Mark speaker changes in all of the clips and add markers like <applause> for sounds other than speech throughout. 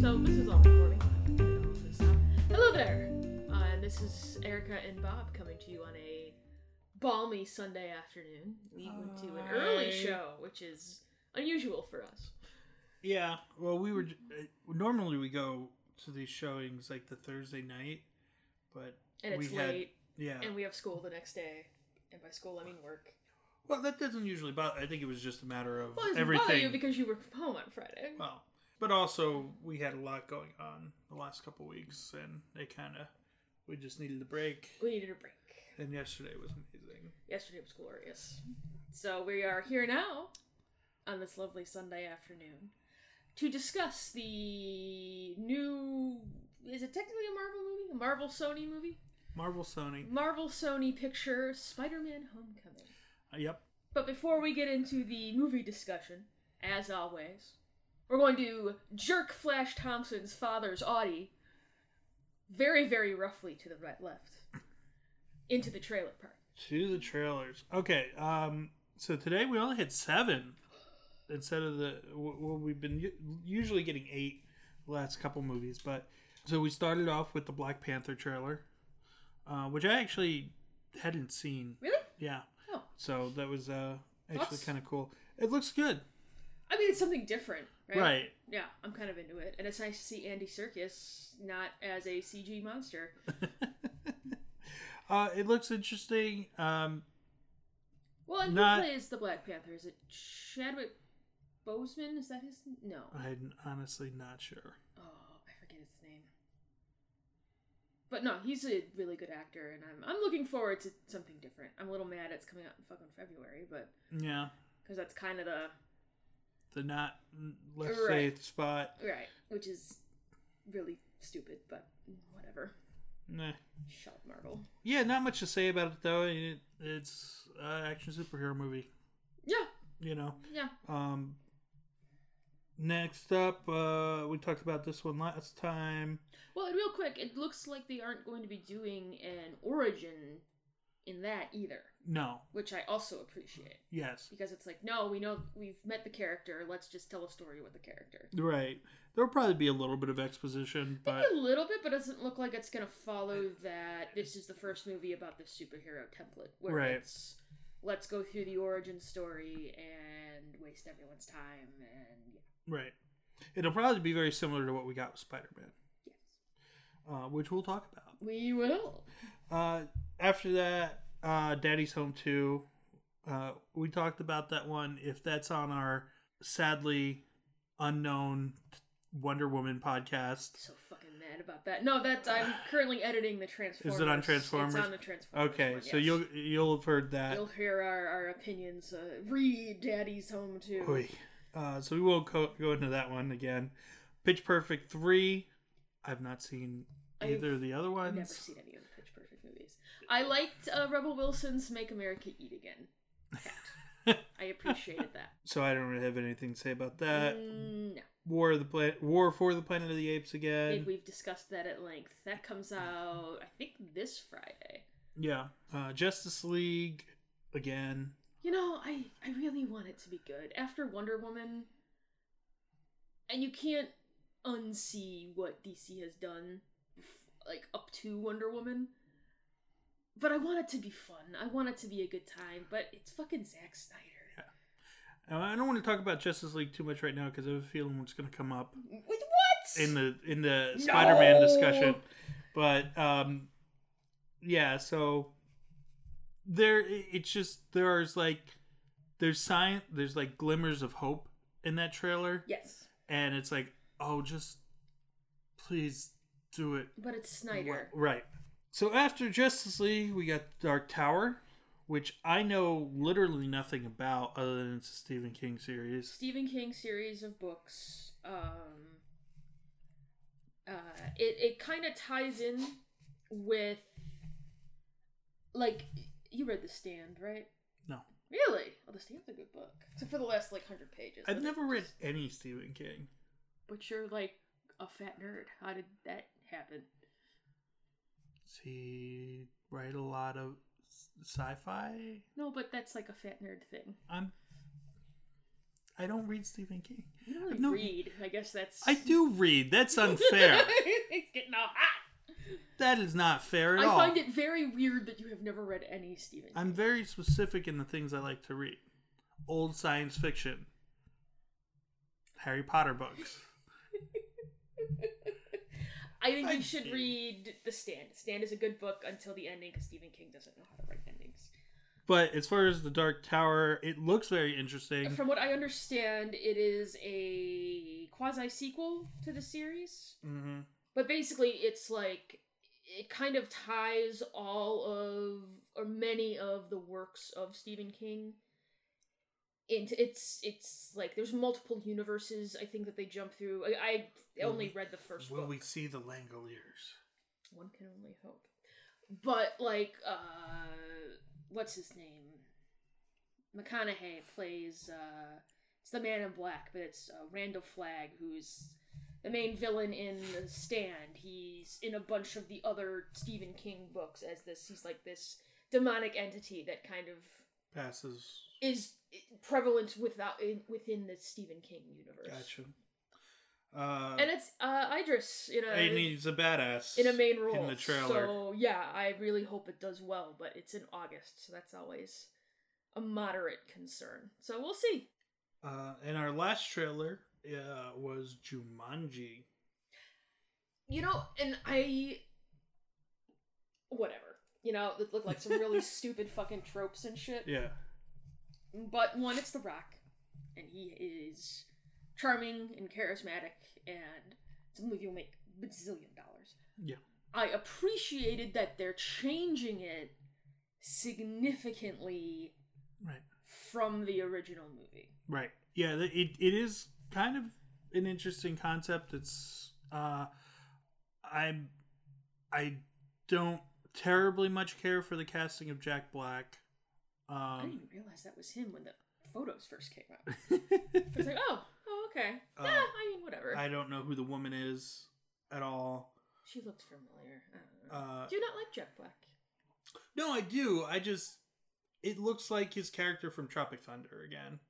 Speaker 1: So this is all recording. I've got all this stuff. Hello there. Uh, this is Erica and Bob coming to you on a balmy Sunday afternoon. We went to an early
Speaker 2: Hi.
Speaker 1: show, which is unusual for us.
Speaker 2: Yeah. Well, we were j- uh, normally we go to these showings like the Thursday night, but
Speaker 1: And it's
Speaker 2: We had- uh,
Speaker 1: late,
Speaker 2: yeah.
Speaker 1: and we have school the next day. And by school, I mean work.
Speaker 2: Well, that doesn't usually bother. I think it was just a matter of
Speaker 1: Well, it doesn't bother
Speaker 2: everything. Uh,
Speaker 1: you because you work from home on Friday.
Speaker 2: well, but also we had a lot going on the last couple weeks, and they kind of we just needed a break.
Speaker 1: We needed a break.
Speaker 2: And yesterday was amazing.
Speaker 1: Yesterday was glorious. So we are here now on this lovely Sunday afternoon to discuss the new. Is it technically a Marvel movie? A Marvel Sony movie?
Speaker 2: Marvel, Sony.
Speaker 1: Marvel Sony picture Spider Man Homecoming.
Speaker 2: Uh, yep.
Speaker 1: But before we get into the movie discussion, as always, we're going to jerk Flash Thompson's father's Audi very, very roughly to the right left into the trailer park.
Speaker 2: To the trailers. Okay. Um. So today we only had seven instead of the. w- Well, we've been u- usually getting eight the last couple movies, but so we started off with the Black Panther trailer, uh, which I actually hadn't seen.
Speaker 1: Really?
Speaker 2: Yeah.
Speaker 1: Oh.
Speaker 2: So that was uh actually
Speaker 1: Thoughts?
Speaker 2: kind of cool. It looks good.
Speaker 1: I mean, it's something different, right?
Speaker 2: Right.
Speaker 1: Yeah, I'm kind of into it. And it's nice to see Andy Circus not as a CG monster.
Speaker 2: <laughs> Uh, it looks interesting. Um,
Speaker 1: Well, and
Speaker 2: Not-
Speaker 1: who plays the Black Panther? Is it Chadwick Boseman? Is that his? No.
Speaker 2: I'm honestly not sure.
Speaker 1: oh, I forget his name. But no, he's a really good actor, and I'm I'm looking forward to something different. I'm a little mad it's coming out in fucking February, but
Speaker 2: Yeah,
Speaker 1: because that's kind of the
Speaker 2: the not let's
Speaker 1: Right.
Speaker 2: say spot.
Speaker 1: right, which is really stupid, but whatever.
Speaker 2: Nah.
Speaker 1: Shut up, Marvel.
Speaker 2: Yeah, not much to say about it though. It, it's uh, action superhero movie,
Speaker 1: Yeah,
Speaker 2: you know.
Speaker 1: yeah.
Speaker 2: Um, next up, uh, we talked about this one last time.
Speaker 1: Well, and real quick, it looks like they aren't going to be doing an origin in that either,
Speaker 2: No,
Speaker 1: which I also appreciate
Speaker 2: yes,
Speaker 1: because it's like, no, we know we've met the character. Let's just tell a story with the character.
Speaker 2: right. There'll probably be a little bit of exposition, but
Speaker 1: Maybe a little bit, but it doesn't look like it's gonna follow that. This is the first movie about the superhero template, where
Speaker 2: Right.
Speaker 1: it's let's go through the origin story and waste everyone's time. And yeah,
Speaker 2: right. It'll probably be very similar to what we got with Spider Man,
Speaker 1: yes,
Speaker 2: uh, which we'll talk about.
Speaker 1: we will.
Speaker 2: Uh, after that, uh, Daddy's Home 2. Uh, we talked about that one. If that's on our sadly unknown Wonder Woman podcast,
Speaker 1: So fucking mad about that. No, that's
Speaker 2: <sighs>
Speaker 1: I'm currently editing the Transformers.
Speaker 2: Transformers?
Speaker 1: It's on the Transformers.
Speaker 2: okay,
Speaker 1: one,
Speaker 2: so
Speaker 1: yes.
Speaker 2: you'll you'll have heard that.
Speaker 1: you'll hear our, our opinions. Uh, read Daddy's Home too.
Speaker 2: Oy. Uh, so we won't co- go into that one again. Pitch Perfect three. I've not seen either of the other
Speaker 1: I've
Speaker 2: ones.
Speaker 1: never seen any of the Pitch Perfect movies. I liked uh, Rebel Wilson's "Make America Eat Again."
Speaker 2: <laughs>
Speaker 1: That. I appreciated that.
Speaker 2: So I don't really have anything to say about that.
Speaker 1: Mm, no,
Speaker 2: War of the Planet, War for the Planet of the Apes
Speaker 1: I
Speaker 2: again.
Speaker 1: think we've discussed that at length. That comes out, I think, this Friday.
Speaker 2: yeah, uh, Justice League again.
Speaker 1: You know, I I really want it to be good after Wonder Woman, and you can't unsee what DC has done, bef- like up to Wonder Woman. But I want it to be fun. I want it to be a good time. But it's fucking Zack Snyder.
Speaker 2: Uh, I don't want to talk about Justice League too much right now because I have a feeling it's going to come up
Speaker 1: With what?
Speaker 2: in the in the
Speaker 1: No!
Speaker 2: Spider-Man discussion. But um, yeah, so there it- it's just there's like there's sign there's like glimmers of hope in that trailer,
Speaker 1: yes,
Speaker 2: and it's like oh just please do it
Speaker 1: but it's Snyder.
Speaker 2: right. So after Justice League, we got Dark Tower, which I know literally nothing about other than it's a Stephen King series.
Speaker 1: Stephen King series of books. Um, uh, it it kind of ties in with like you read The Stand, right?
Speaker 2: No.
Speaker 1: Really? Well, The Stand's a good book, except for the last like hundred pages.
Speaker 2: I've
Speaker 1: Like,
Speaker 2: never read any Stephen King.
Speaker 1: But you're like a fat nerd. How did that happen?
Speaker 2: Does he write a lot of s- sci-fi?
Speaker 1: No, but that's like a fat nerd thing.
Speaker 2: I'm I don't read Stephen King.
Speaker 1: You don't really
Speaker 2: No.
Speaker 1: read. I guess that's.
Speaker 2: I do read. That's
Speaker 1: <laughs>
Speaker 2: unfair.
Speaker 1: it's getting all hot.
Speaker 2: that is not fair at
Speaker 1: I
Speaker 2: all.
Speaker 1: find it very weird that you have never read any Stephen.
Speaker 2: I'm very specific in the things I like to read. Old science fiction. Harry Potter books.
Speaker 1: <laughs> I think you
Speaker 2: I-
Speaker 1: should read The Stand. Stand is a good book until the ending because Stephen King doesn't know how to write endings.
Speaker 2: But as far as the Dark Tower, it looks very interesting.
Speaker 1: From what I understand, it is a quasi sequel to the series.
Speaker 2: hmm
Speaker 1: But basically, it's like it kind of ties all of or many of the works of Stephen King into it's it's like there's multiple universes I think that they jump through. I, I only read the first
Speaker 2: Will
Speaker 1: book.
Speaker 2: Mm. we see the Langoliers?
Speaker 1: One can only hope. But like uh what's his name? McConaughey plays uh it's the man in black, but it's uh, Randall Flagg who's the main villain in The Stand. He's in a bunch of the other Stephen King books as this he's like this demonic entity that kind of
Speaker 2: Passes.
Speaker 1: is prevalent without in, within the Stephen King universe.
Speaker 2: Gotcha. Uh,
Speaker 1: And it's uh Idris, you know.
Speaker 2: and he's a badass.
Speaker 1: in a main role
Speaker 2: In the trailer.
Speaker 1: So yeah, I really hope it does well, but it's in August, so that's always a moderate concern. So we'll see.
Speaker 2: Uh, and our last trailer uh, was Jumanji.
Speaker 1: You know, and I whatever. You know, it looked like some
Speaker 2: <laughs>
Speaker 1: really stupid fucking tropes and shit.
Speaker 2: Yeah.
Speaker 1: But one, it's The Rock, and he is charming and charismatic, and it's a movie will make bazillion dollars.
Speaker 2: Yeah.
Speaker 1: I appreciated that they're changing it significantly
Speaker 2: Right.
Speaker 1: from the original movie.
Speaker 2: Right. Yeah, th- it, it is kind of an interesting concept. It's uh I I don't terribly much care for the casting of Jack Black.
Speaker 1: I didn't
Speaker 2: Um
Speaker 1: even realize that was him when the photos first came
Speaker 2: <laughs>
Speaker 1: out. <laughs> I was like, oh, oh, okay.
Speaker 2: Uh,
Speaker 1: yeah, I mean, whatever.
Speaker 2: I don't know who the woman is at all.
Speaker 1: She looked familiar. I don't know.
Speaker 2: Uh
Speaker 1: Do you not like Jack Black?
Speaker 2: no, I do. I just it looks like his character from Tropic Thunder again.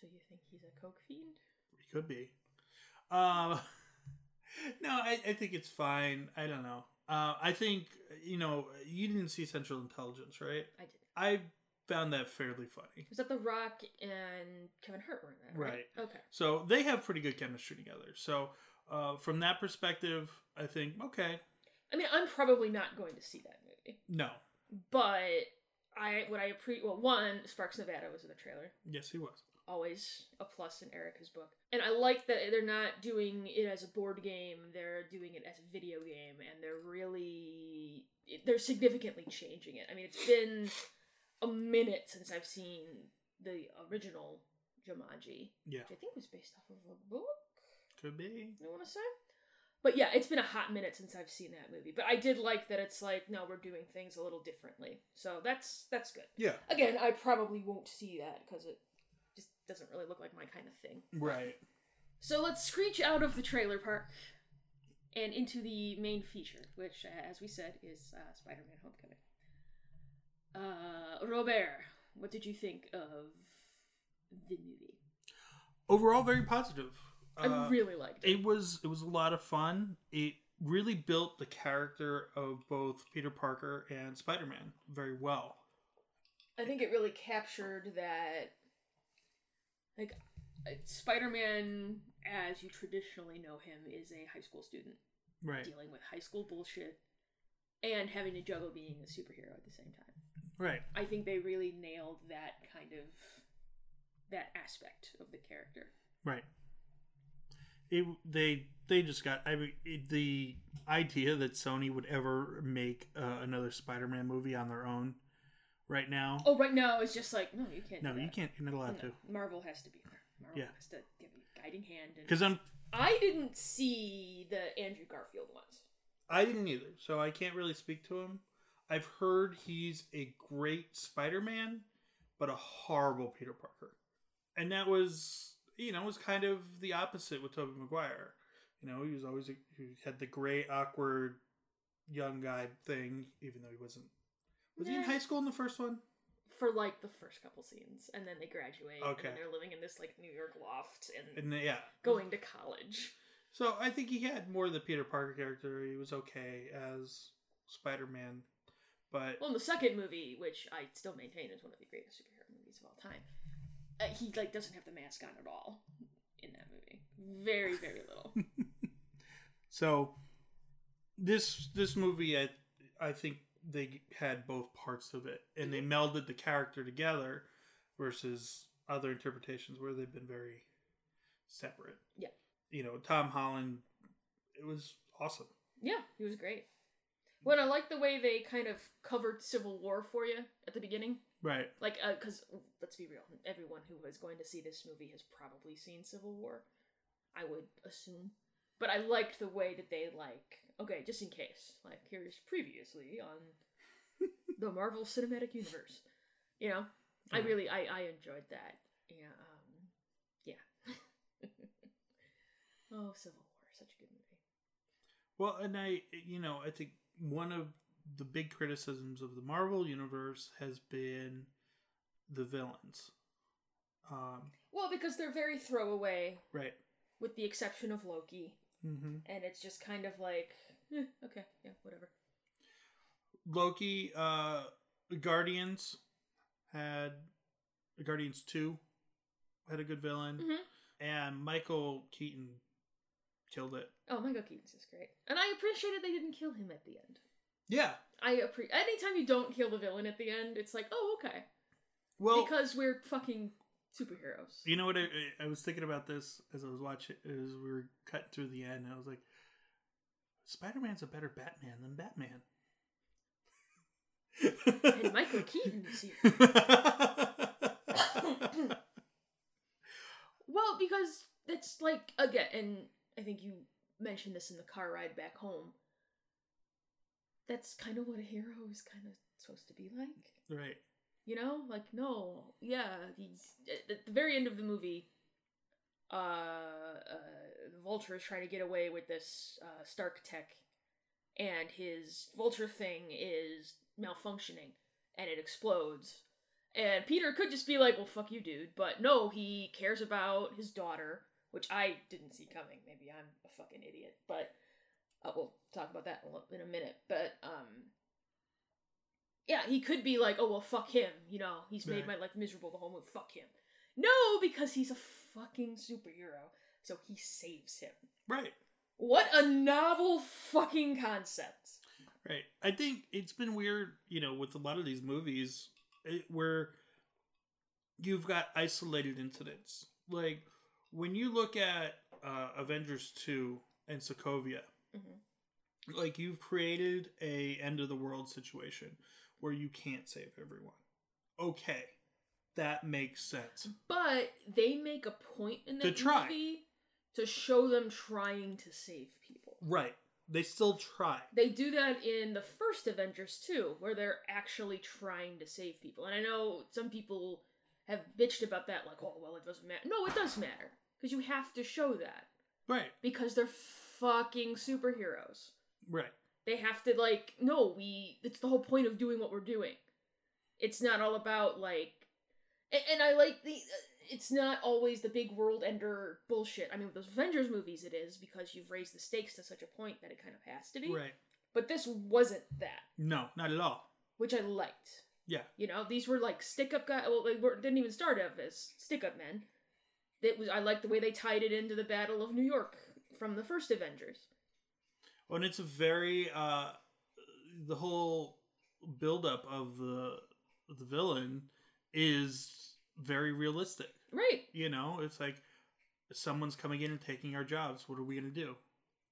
Speaker 1: So you think he's a coke fiend?
Speaker 2: He could be. Um, <laughs> no, I, I think it's fine. I don't know. Uh, I think you know you didn't see Central Intelligence, right?
Speaker 1: I did.
Speaker 2: I found that fairly funny.
Speaker 1: Was that The Rock and Kevin Hart were in that? Right. Okay.
Speaker 2: So they have pretty good chemistry together. So uh, from that perspective, I think okay.
Speaker 1: I mean, I'm probably not going to see that movie,
Speaker 2: No,
Speaker 1: but I what I appreciate. Well, one, Sparks Nevada was in the trailer.
Speaker 2: yes, he was.
Speaker 1: always a plus in Erica's book. And I like that they're not doing it as a board game, they're doing it as a video game, and they're really. it- They're significantly changing it. I mean, it's been a minute since I've seen the original Jumanji,
Speaker 2: Yeah,
Speaker 1: which I think was based off of a book,
Speaker 2: could be.
Speaker 1: I want to say. But yeah, it's been a hot minute since I've seen that movie. But I did like that it's like, no, we're doing things a little differently. So that's that's good
Speaker 2: Yeah,
Speaker 1: again i probably won't see that because it just doesn't really look like my kind of thing
Speaker 2: right.
Speaker 1: so let's screech out of the trailer park and into the main feature which uh, as we said is uh, spider-man homecoming uh, robert what did you think of the movie
Speaker 2: Overall, very positive. Uh,
Speaker 1: i really liked it
Speaker 2: it was it was a lot of fun it really built the character of both peter parker and spider-man very well
Speaker 1: i think it really captured that like it's spider-man as you traditionally know him is a high school student
Speaker 2: right
Speaker 1: dealing with high school bullshit and having to juggle being a superhero at the same time.
Speaker 2: right
Speaker 1: I think they really nailed that kind of that aspect of the character.
Speaker 2: right it, they they just got i mean it, the idea that sony would ever make uh, another spider-man movie on their own right now
Speaker 1: Oh, right now it's just like no, you can't.
Speaker 2: no
Speaker 1: do
Speaker 2: you
Speaker 1: that.
Speaker 2: can't you're not allowed
Speaker 1: No,
Speaker 2: to
Speaker 1: Marvel has to be there. Marvel
Speaker 2: Yeah.
Speaker 1: has to give a guiding hand. And...
Speaker 2: because i'm
Speaker 1: I didn't see the Andrew Garfield ones.
Speaker 2: i didn't either so i can't really speak to him i've heard he's a great spider-man but a horrible Peter Parker. And that was, you know, was kind of the opposite with Tobey Maguire. You know, he was always a, he had the gray, awkward, young guy thing, even though he wasn't. Was he in
Speaker 1: Nah.
Speaker 2: high school in the first one?
Speaker 1: for like the first couple scenes, and then they graduate. And
Speaker 2: Okay.
Speaker 1: then they're living in this like New York loft and,
Speaker 2: And yeah,
Speaker 1: going to college.
Speaker 2: So I think he had more of the Peter Parker character. He was okay as Spider Man, but
Speaker 1: Well, in the second movie, which I still maintain is one of the greatest superhero movies of all time, uh, he like doesn't have the mask on at all in that movie. Very very little.
Speaker 2: so this this movie, I I think they had both parts of it, and they melded the character together versus other interpretations where they've been very separate.
Speaker 1: Yeah.
Speaker 2: you know, Tom Holland, it was awesome.
Speaker 1: yeah, he was great. When I like the way they kind of covered Civil War for you at the beginning.
Speaker 2: Right.
Speaker 1: Like, because let's be real, everyone who is going to see this movie has probably seen Civil War, I would assume. But I liked the way that they like, okay, just in case, like here's previously on the Marvel Cinematic Universe. You know, I
Speaker 2: Mhm.
Speaker 1: really I I enjoyed that. Yeah, um, yeah. <laughs> oh, Civil War, such a good movie.
Speaker 2: Well, and I, you know, I think one of the big criticisms of the Marvel universe has been the villains. Um,
Speaker 1: Well, because they're very throwaway,
Speaker 2: right.
Speaker 1: with the exception of Loki,
Speaker 2: hmm
Speaker 1: and it's just kind of like, eh, okay, yeah, whatever.
Speaker 2: Loki, uh, Guardians had Guardians Two had a good villain,
Speaker 1: hmm
Speaker 2: and Michael Keaton killed it.
Speaker 1: Oh, Michael Keaton's is great, and I appreciated they didn't kill him at the end.
Speaker 2: Yeah.
Speaker 1: I appre- anytime you don't kill the villain at the end, it's like, oh, okay,
Speaker 2: Well,
Speaker 1: because we're fucking superheroes.
Speaker 2: You know what? I, I was thinking about this as I was watching, as we were cutting through the end. I was like, Spider Man's a better Batman than Batman.
Speaker 1: And Michael Keaton is here. Well, because that's like again, and I think you mentioned this in the car ride back home. That's kind of what a hero is kind of supposed to be like.
Speaker 2: <laughs> right.
Speaker 1: you know like no yeah he's, at at the very end of the movie uh, uh vulture is trying to get away with this uh stark tech and his vulture thing is malfunctioning and it explodes and peter could just be like well fuck you dude but no he cares about his daughter which i didn't see coming maybe i'm a fucking idiot but uh, we'll talk about that in a li- in a minute but um yeah, he could be like, oh well, fuck him. You know, he's made my
Speaker 2: Right.
Speaker 1: life miserable the whole movie. Fuck him. No, because he's a fucking superhero, so he saves him.
Speaker 2: Right.
Speaker 1: What a novel fucking concept.
Speaker 2: Right. I think it's been weird, you know, with a lot of these movies it, where you've got isolated incidents. Like when you look at uh, Avengers 2 and Sokovia,
Speaker 1: Mhm.
Speaker 2: like you've created a end of the world situation where you can't save everyone. Okay. That makes sense.
Speaker 1: But they make a point in
Speaker 2: To
Speaker 1: the
Speaker 2: try.
Speaker 1: movie to show them trying to save people.
Speaker 2: Right. They still try.
Speaker 1: They do that in the first Avengers too, where they're actually trying to save people. And I know some people have bitched about that, like, oh well, it doesn't matter. No, it does matter because you have to show that.
Speaker 2: Right.
Speaker 1: because they're fucking superheroes.
Speaker 2: Right.
Speaker 1: They have to like no, we it's the whole point of doing what we're doing. It's not all about like and, and I like the uh, it's not always the big world ender bullshit. I mean, with those Avengers movies it is because you've raised the stakes to such a point that it kind of has to be.
Speaker 2: Right.
Speaker 1: But this wasn't that,
Speaker 2: No, not at all.
Speaker 1: which I liked.
Speaker 2: Yeah.
Speaker 1: You know, these were like stick up guys. Well, they were, didn't even start up as stick up men. It was I liked the way they tied it into the Battle of New York from the first Avengers.
Speaker 2: and it's a very uh the whole buildup of the the villain is very realistic
Speaker 1: Right.
Speaker 2: you know it's like someone's coming in and taking our jobs what are we gonna do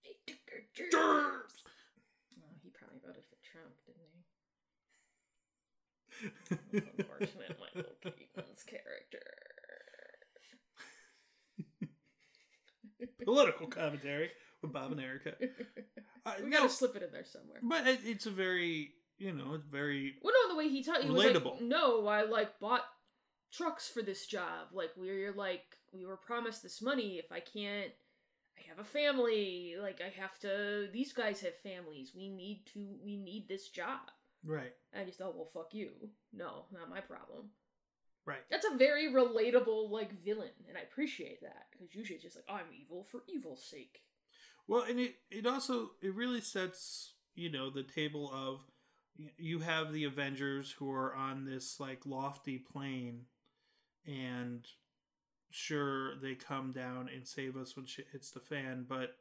Speaker 1: They took our germs. Oh, he probably voted for Trump, didn't he? That's
Speaker 2: <laughs>
Speaker 1: unfortunate, Michael Keaton's character.
Speaker 2: political commentary with bob and erica uh,
Speaker 1: <laughs> We
Speaker 2: no,
Speaker 1: gotta slip it in there somewhere.
Speaker 2: but it, it's a very you know it's very
Speaker 1: Well, no, the way he talked, he was like,
Speaker 2: Relatable.
Speaker 1: "No, I like bought trucks for this job. Like we're like we were promised this money. If I can't, I have a family. Like I have to. These guys have families. We need to. We need this job.
Speaker 2: Right.
Speaker 1: I just thought, well, fuck you. No, not my problem.
Speaker 2: Right.
Speaker 1: That's a very relatable like villain, and I appreciate that because usually it's just like I'm evil for evil's sake.
Speaker 2: Well, and it it also it really sets you know the table of y- you have the Avengers who are on this like lofty plane, and sure they come down and save us when shit hits the fan, but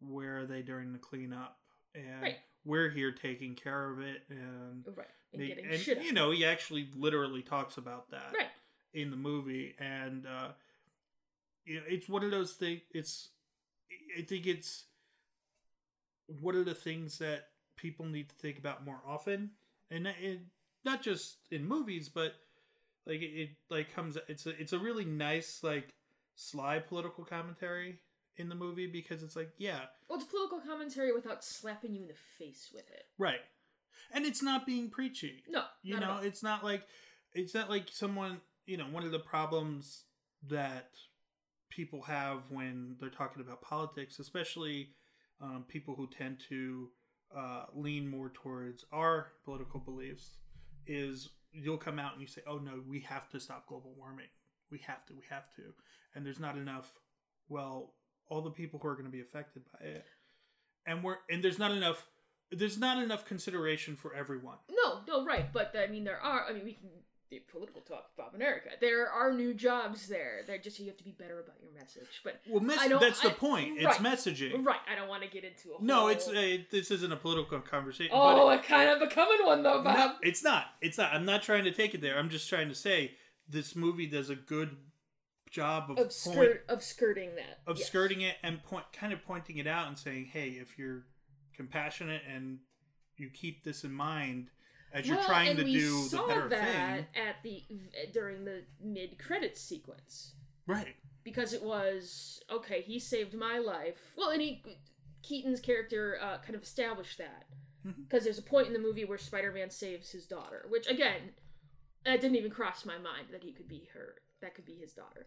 Speaker 2: where are they during the cleanup? And
Speaker 1: Right.
Speaker 2: we're here taking care of it, and
Speaker 1: Right. And
Speaker 2: make-
Speaker 1: getting
Speaker 2: and,
Speaker 1: shit. out.
Speaker 2: you know uh, he actually literally talks about that
Speaker 1: Right.
Speaker 2: in the movie and uh you know, it's one of those things it's i think it's one of the things that people need to think about more often and it, not just in movies but like it, it like comes it's a, it's a really nice like sly political commentary in the movie because it's like yeah
Speaker 1: Well, it's political commentary without slapping you in the face with it.
Speaker 2: right and it's not being preachy
Speaker 1: No,
Speaker 2: you
Speaker 1: not at
Speaker 2: know
Speaker 1: all.
Speaker 2: it's not like it's not like someone you know one of the problems that people have when they're talking about politics especially um, people who tend to uh, lean more towards our political beliefs is you'll come out and you say oh no we have to stop global warming we have to we have to and there's not enough well all the people who are going to be affected by it and we're and there's not enough there's not enough consideration for everyone
Speaker 1: No, no, right. But I mean, there are. I mean, we can do political talk about America. There are new jobs there. They're just you have to be better about your message. But
Speaker 2: Well,
Speaker 1: I
Speaker 2: mess-
Speaker 1: don't-
Speaker 2: that's the
Speaker 1: I-
Speaker 2: point.
Speaker 1: right.
Speaker 2: It's messaging.
Speaker 1: right, I don't want to get into a. Whole,
Speaker 2: No, it's uh, this isn't a political conversation.
Speaker 1: oh,
Speaker 2: but
Speaker 1: it, kind of becoming one though,
Speaker 2: it-
Speaker 1: Bob.
Speaker 2: no, it's not. It's not. I'm not trying to take it there. I'm just trying to say this movie does a good job of,
Speaker 1: of
Speaker 2: point,
Speaker 1: skirt of skirting that
Speaker 2: of
Speaker 1: yes.
Speaker 2: skirting it and point, kind of pointing it out and saying, "Hey, if you're compassionate and you keep this in mind as you're
Speaker 1: Well,
Speaker 2: trying
Speaker 1: and
Speaker 2: to
Speaker 1: we
Speaker 2: do the
Speaker 1: saw
Speaker 2: better
Speaker 1: that
Speaker 2: thing."
Speaker 1: at the during the mid credits sequence
Speaker 2: Right.
Speaker 1: because it was okay. He saved my life. Well, and he Keaton's character uh, kind of established that
Speaker 2: Mhm.
Speaker 1: because there's a point in the movie where Spider-Man saves his daughter, which again, that didn't even cross my mind that he could be her. That could be his daughter.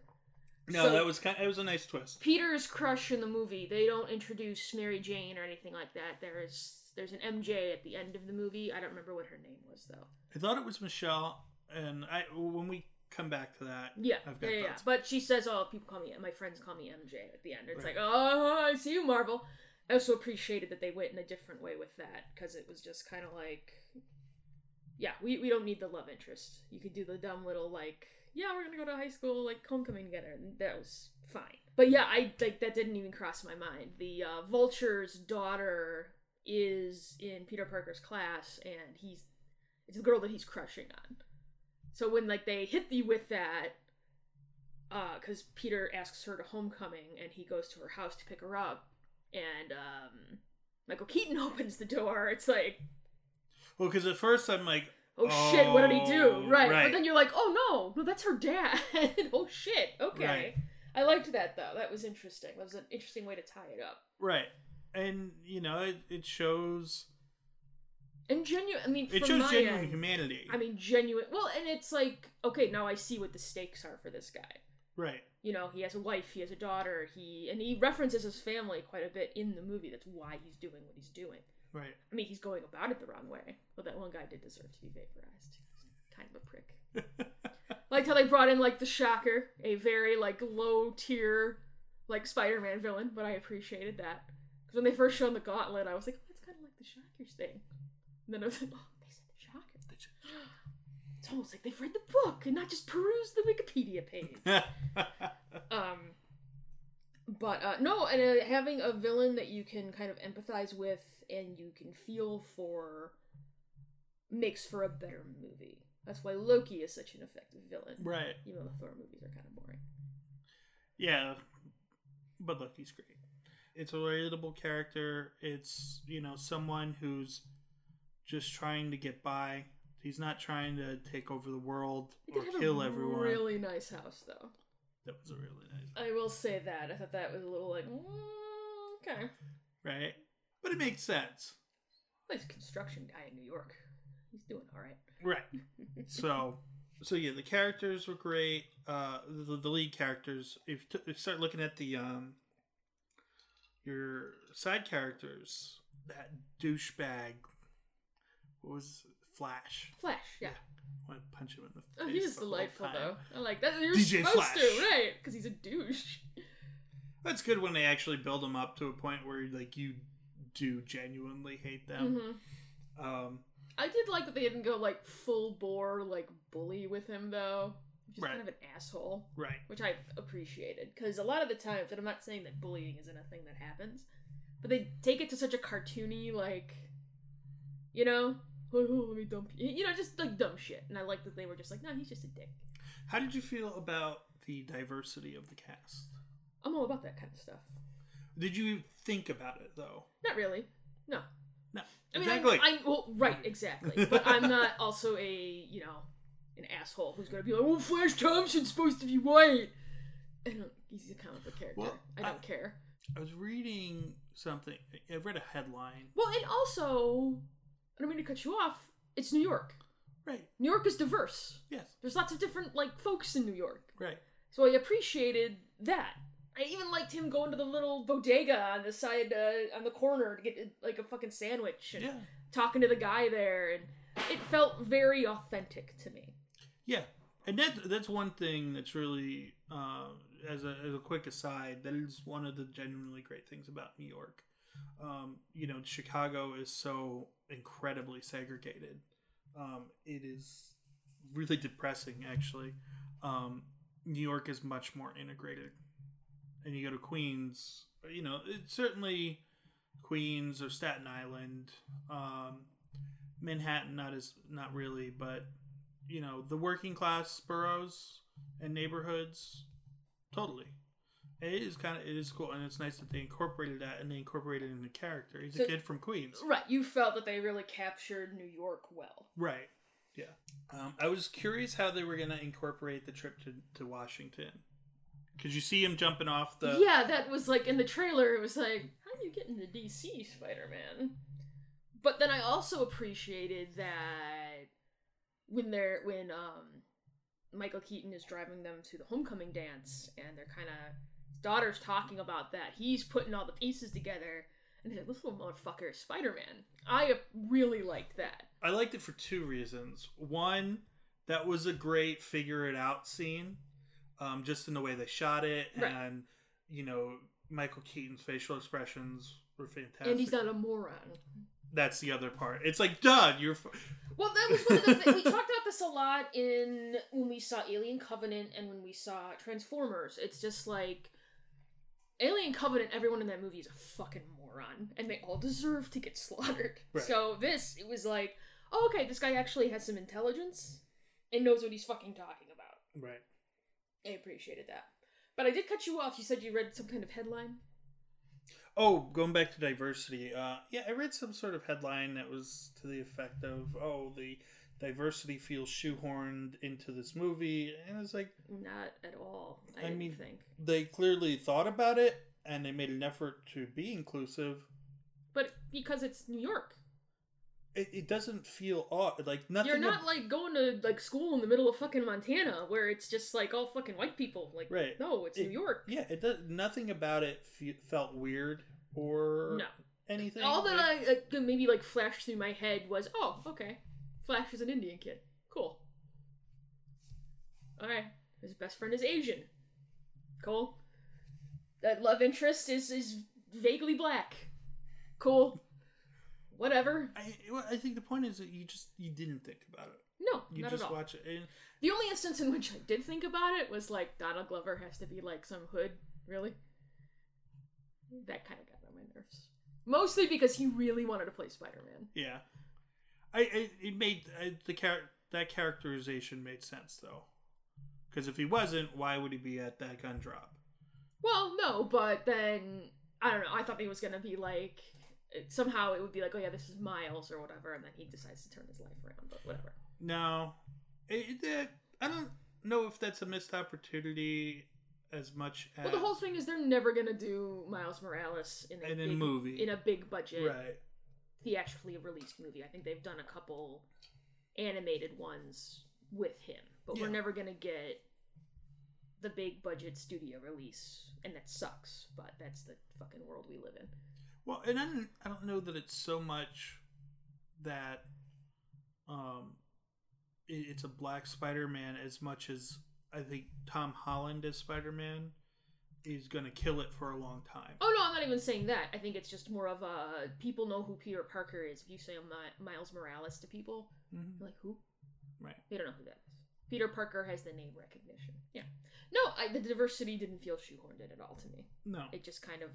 Speaker 2: No,
Speaker 1: So-
Speaker 2: that was kind. Of, it was a nice twist.
Speaker 1: Peter's crush in the movie. They don't introduce Mary Jane or anything like that. There is there's an MJ at the end of the movie. I don't remember what her name was though.
Speaker 2: I thought it was Michelle, and I when we come back to that,
Speaker 1: Yeah, yeah,
Speaker 2: I've got
Speaker 1: yeah. yeah.
Speaker 2: thoughts.
Speaker 1: But she says, "Oh, people call me my friends call me MJ." At the end, it's
Speaker 2: Right.
Speaker 1: like, "Oh, I see you, Marvel." I also appreciated that they went in a different way with that because it was just kind of like, yeah, we, we don't need the love interest. You could do the dumb little like, yeah, we're gonna go to high school like homecoming together, and that was fine. But yeah, I like that didn't even cross my mind. The uh, vulture's daughter is in Peter Parker's class, and he's it's the girl that he's crushing on. So when like they hit thee with that, because uh, Peter asks her to homecoming and he goes to her house to pick her up, and um, Michael Keaton <laughs> opens the door. It's like,
Speaker 2: Well, because at first I'm like,
Speaker 1: oh, shit, what did he
Speaker 2: Oh,
Speaker 1: do? Right.
Speaker 2: right.
Speaker 1: But then you're like, oh no, no, that's her dad. <laughs> oh shit. Okay.
Speaker 2: Right.
Speaker 1: I liked that though. That was interesting. That was an interesting way to tie it up.
Speaker 2: right, and you know, it, it shows
Speaker 1: And genuine. I mean,
Speaker 2: it
Speaker 1: from
Speaker 2: shows
Speaker 1: my
Speaker 2: genuine
Speaker 1: end,
Speaker 2: humanity.
Speaker 1: I mean, genuine. Well, and it's like, okay, now I see what the stakes are for this guy.
Speaker 2: right,
Speaker 1: you know he has a wife he has a daughter he and he references his family quite a bit in the movie that's why he's doing what he's doing
Speaker 2: right. <laughs>
Speaker 1: i mean he's going about it the wrong way but that one guy did deserve to be vaporized He's kind of a prick <laughs> liked how they brought in like the shocker a very like low tier like spider-man villain but i appreciated that because when they first showed the gauntlet i was like oh, that's kind of like the shocker's thing and then i was like oh they said the shocker <gasps> it's almost like they've read the book and not just perused the wikipedia page um, but uh, no, and uh, having a villain that you can kind of empathize with and you can feel for makes for a better movie. That's why Loki is such an effective villain.
Speaker 2: right,
Speaker 1: Even though the Thor movies are kind of boring.
Speaker 2: yeah. But look, he's great. It's a relatable character. It's you know someone who's just trying to get by. He's not trying to take over the world
Speaker 1: They
Speaker 2: or
Speaker 1: did have
Speaker 2: kill
Speaker 1: a
Speaker 2: everyone.
Speaker 1: really nice house, though.
Speaker 2: That was a really nice.
Speaker 1: I will say that. I thought that was a little like, mm, okay.
Speaker 2: right? But it makes sense,
Speaker 1: Nice construction guy in New York. He's doing all right. <laughs>
Speaker 2: right? so, so yeah, the characters were great. Uh, the, the lead characters. If you, t- if you start looking at the um, your side characters, that douchebag what was Flash?
Speaker 1: Flash, yeah.
Speaker 2: Want to punch him in the
Speaker 1: Oh,
Speaker 2: face.
Speaker 1: he was
Speaker 2: the whole
Speaker 1: delightful
Speaker 2: time.
Speaker 1: though. I like that. You're
Speaker 2: DJ
Speaker 1: supposed to,
Speaker 2: Flash.
Speaker 1: right? Because he's a douche.
Speaker 2: That's good when they actually build them up to a point where like you do genuinely hate them.
Speaker 1: Mhm.
Speaker 2: Um,
Speaker 1: I did like that they didn't go like full bore like bully with him though. Which is
Speaker 2: Right.
Speaker 1: kind of an asshole,
Speaker 2: right.
Speaker 1: which I appreciated because a lot of the times, and I'm not saying that bullying isn't a thing that happens, but they take it to such a cartoony like, you know, oh, oh, let me dump you, you know, just like dumb shit. And I like that they were just like, no, he's just a dick.
Speaker 2: How did you feel about the diversity of the cast?
Speaker 1: I'm all about that kind of stuff.
Speaker 2: Did you think about it though?
Speaker 1: Not really. No.
Speaker 2: No.
Speaker 1: I mean,
Speaker 2: exactly.
Speaker 1: I, I, well, right,
Speaker 2: <laughs>
Speaker 1: exactly. But I'm not also a, you know, an asshole who's going to be like, well, Flash Thompson's supposed to be white. I don't, he's a comic book character.
Speaker 2: Well,
Speaker 1: I don't
Speaker 2: I-
Speaker 1: care.
Speaker 2: I was reading something. I read a headline.
Speaker 1: Well, and also, I don't mean to cut you off, it's New York.
Speaker 2: Right.
Speaker 1: New York is diverse.
Speaker 2: Yes.
Speaker 1: There's lots of different, like, folks in New York.
Speaker 2: Right.
Speaker 1: So I appreciated that. I even liked him going to the little bodega on the side, uh, on the corner to get, like, a fucking sandwich. And,
Speaker 2: Yeah.
Speaker 1: talking to the guy there and it felt very authentic to me
Speaker 2: Yeah. And that that's one thing that's really uh, as a as a quick aside. That is one of the genuinely great things about New York. Um, you know, Chicago is so incredibly segregated. Um, it is really depressing, actually. Um, New York is much more integrated, and you go to Queens. You know, it's certainly Queens or Staten Island, um, Manhattan. Not as not really, but you know the working class boroughs and neighborhoods totally it is kind of it is cool and it's nice that they incorporated that and they incorporated it in the character he's
Speaker 1: So-
Speaker 2: a kid from queens
Speaker 1: right you felt that they really captured new york well
Speaker 2: right yeah um, i was curious how they were going to incorporate the trip to, to washington because you see him jumping off the
Speaker 1: yeah that was like in the trailer it was like how do you get into dc spider-man but then i also appreciated that when they're when um michael keaton is driving them to the homecoming dance and they're kind of his daughter's talking about that he's putting all the pieces together and he's like this little motherfucker is spider-man i uh, really liked that
Speaker 2: i liked it for two reasons one that was a great figure it out scene um, just in the way they shot it and
Speaker 1: Right.
Speaker 2: you know michael keaton's facial expressions were fantastic
Speaker 1: and he's not a moron.
Speaker 2: that's the other part. It's like, duh, you're. F-
Speaker 1: Well, that was one of the things we talked about this a lot in when we saw Alien Covenant and when we saw Transformers. It's just like Alien Covenant. Everyone in that movie is a fucking moron, and they all deserve to get slaughtered.
Speaker 2: Right.
Speaker 1: So this, it was like, oh, okay, this guy actually has some intelligence and knows what he's fucking talking about.
Speaker 2: right.
Speaker 1: I appreciated that, but I did cut you off. You said you read some kind of headline.
Speaker 2: Oh, going back to diversity. Uh, yeah, I read some sort of headline that was to the effect of, "Oh, the diversity feels shoehorned into this movie," and it's like
Speaker 1: Not at all. I,
Speaker 2: I
Speaker 1: didn't
Speaker 2: mean-
Speaker 1: think.
Speaker 2: they clearly thought about it and they made an effort to be inclusive.
Speaker 1: But because it's New York,
Speaker 2: It, it doesn't feel odd. Like nothing.
Speaker 1: You're not
Speaker 2: ab-
Speaker 1: like going to like school in the middle of fucking Montana where it's just like all fucking white people. Like
Speaker 2: Right.
Speaker 1: no, it's
Speaker 2: It-
Speaker 1: New York.
Speaker 2: yeah, it does. Nothing about it fe- felt weird or
Speaker 1: No.
Speaker 2: anything.
Speaker 1: All that
Speaker 2: Like,
Speaker 1: I like, maybe like flashed through my head was, oh, okay, Flash is an Indian kid. Cool. All right, his best friend is Asian. Cool. That love interest is is vaguely black. Cool. Whatever.
Speaker 2: I, well, I think the point is that you just you didn't think about it.
Speaker 1: No,
Speaker 2: You
Speaker 1: not
Speaker 2: just
Speaker 1: at all.
Speaker 2: watch it. And
Speaker 1: The only instance in which I did think about it was like Donald Glover has to be like some hood, really. That kind of got on my nerves. Mostly because he really wanted to play Spider Man.
Speaker 2: Yeah, I, I it made I, the char- that characterization made sense though, because if he wasn't, why would he be at that gun drop?
Speaker 1: Well, no, but then I don't know. I thought he was gonna be like it- somehow it would be like, oh yeah, this is Miles or whatever, and then he decides to turn his life around. But whatever.
Speaker 2: No, it, it, that- I don't know if that's a missed opportunity as much as
Speaker 1: Well, the whole thing is they're never gonna do Miles Morales in a
Speaker 2: And in
Speaker 1: big-
Speaker 2: movie.
Speaker 1: in a big budget
Speaker 2: right.
Speaker 1: theatrically released movie. I think they've done a couple animated ones with him, but
Speaker 2: Yeah.
Speaker 1: we're never gonna get the big budget studio release, and that sucks. But that's the fucking world we live in.
Speaker 2: Well, and I don't, I don't know that it's so much that Um, it, it's a black Spider Man as much as I think Tom Holland as Spider Man is going to kill it for a long time.
Speaker 1: Oh no, I'm not even saying that. I think it's just more of a people know who Peter Parker is. If you say I'm not Miles Morales to people,
Speaker 2: Mhm.
Speaker 1: they're like who?
Speaker 2: Right.
Speaker 1: They don't know who that is. Peter Parker has the name recognition. Yeah. No, I, the diversity didn't feel shoehorned in at all to me.
Speaker 2: No.
Speaker 1: It just kind of.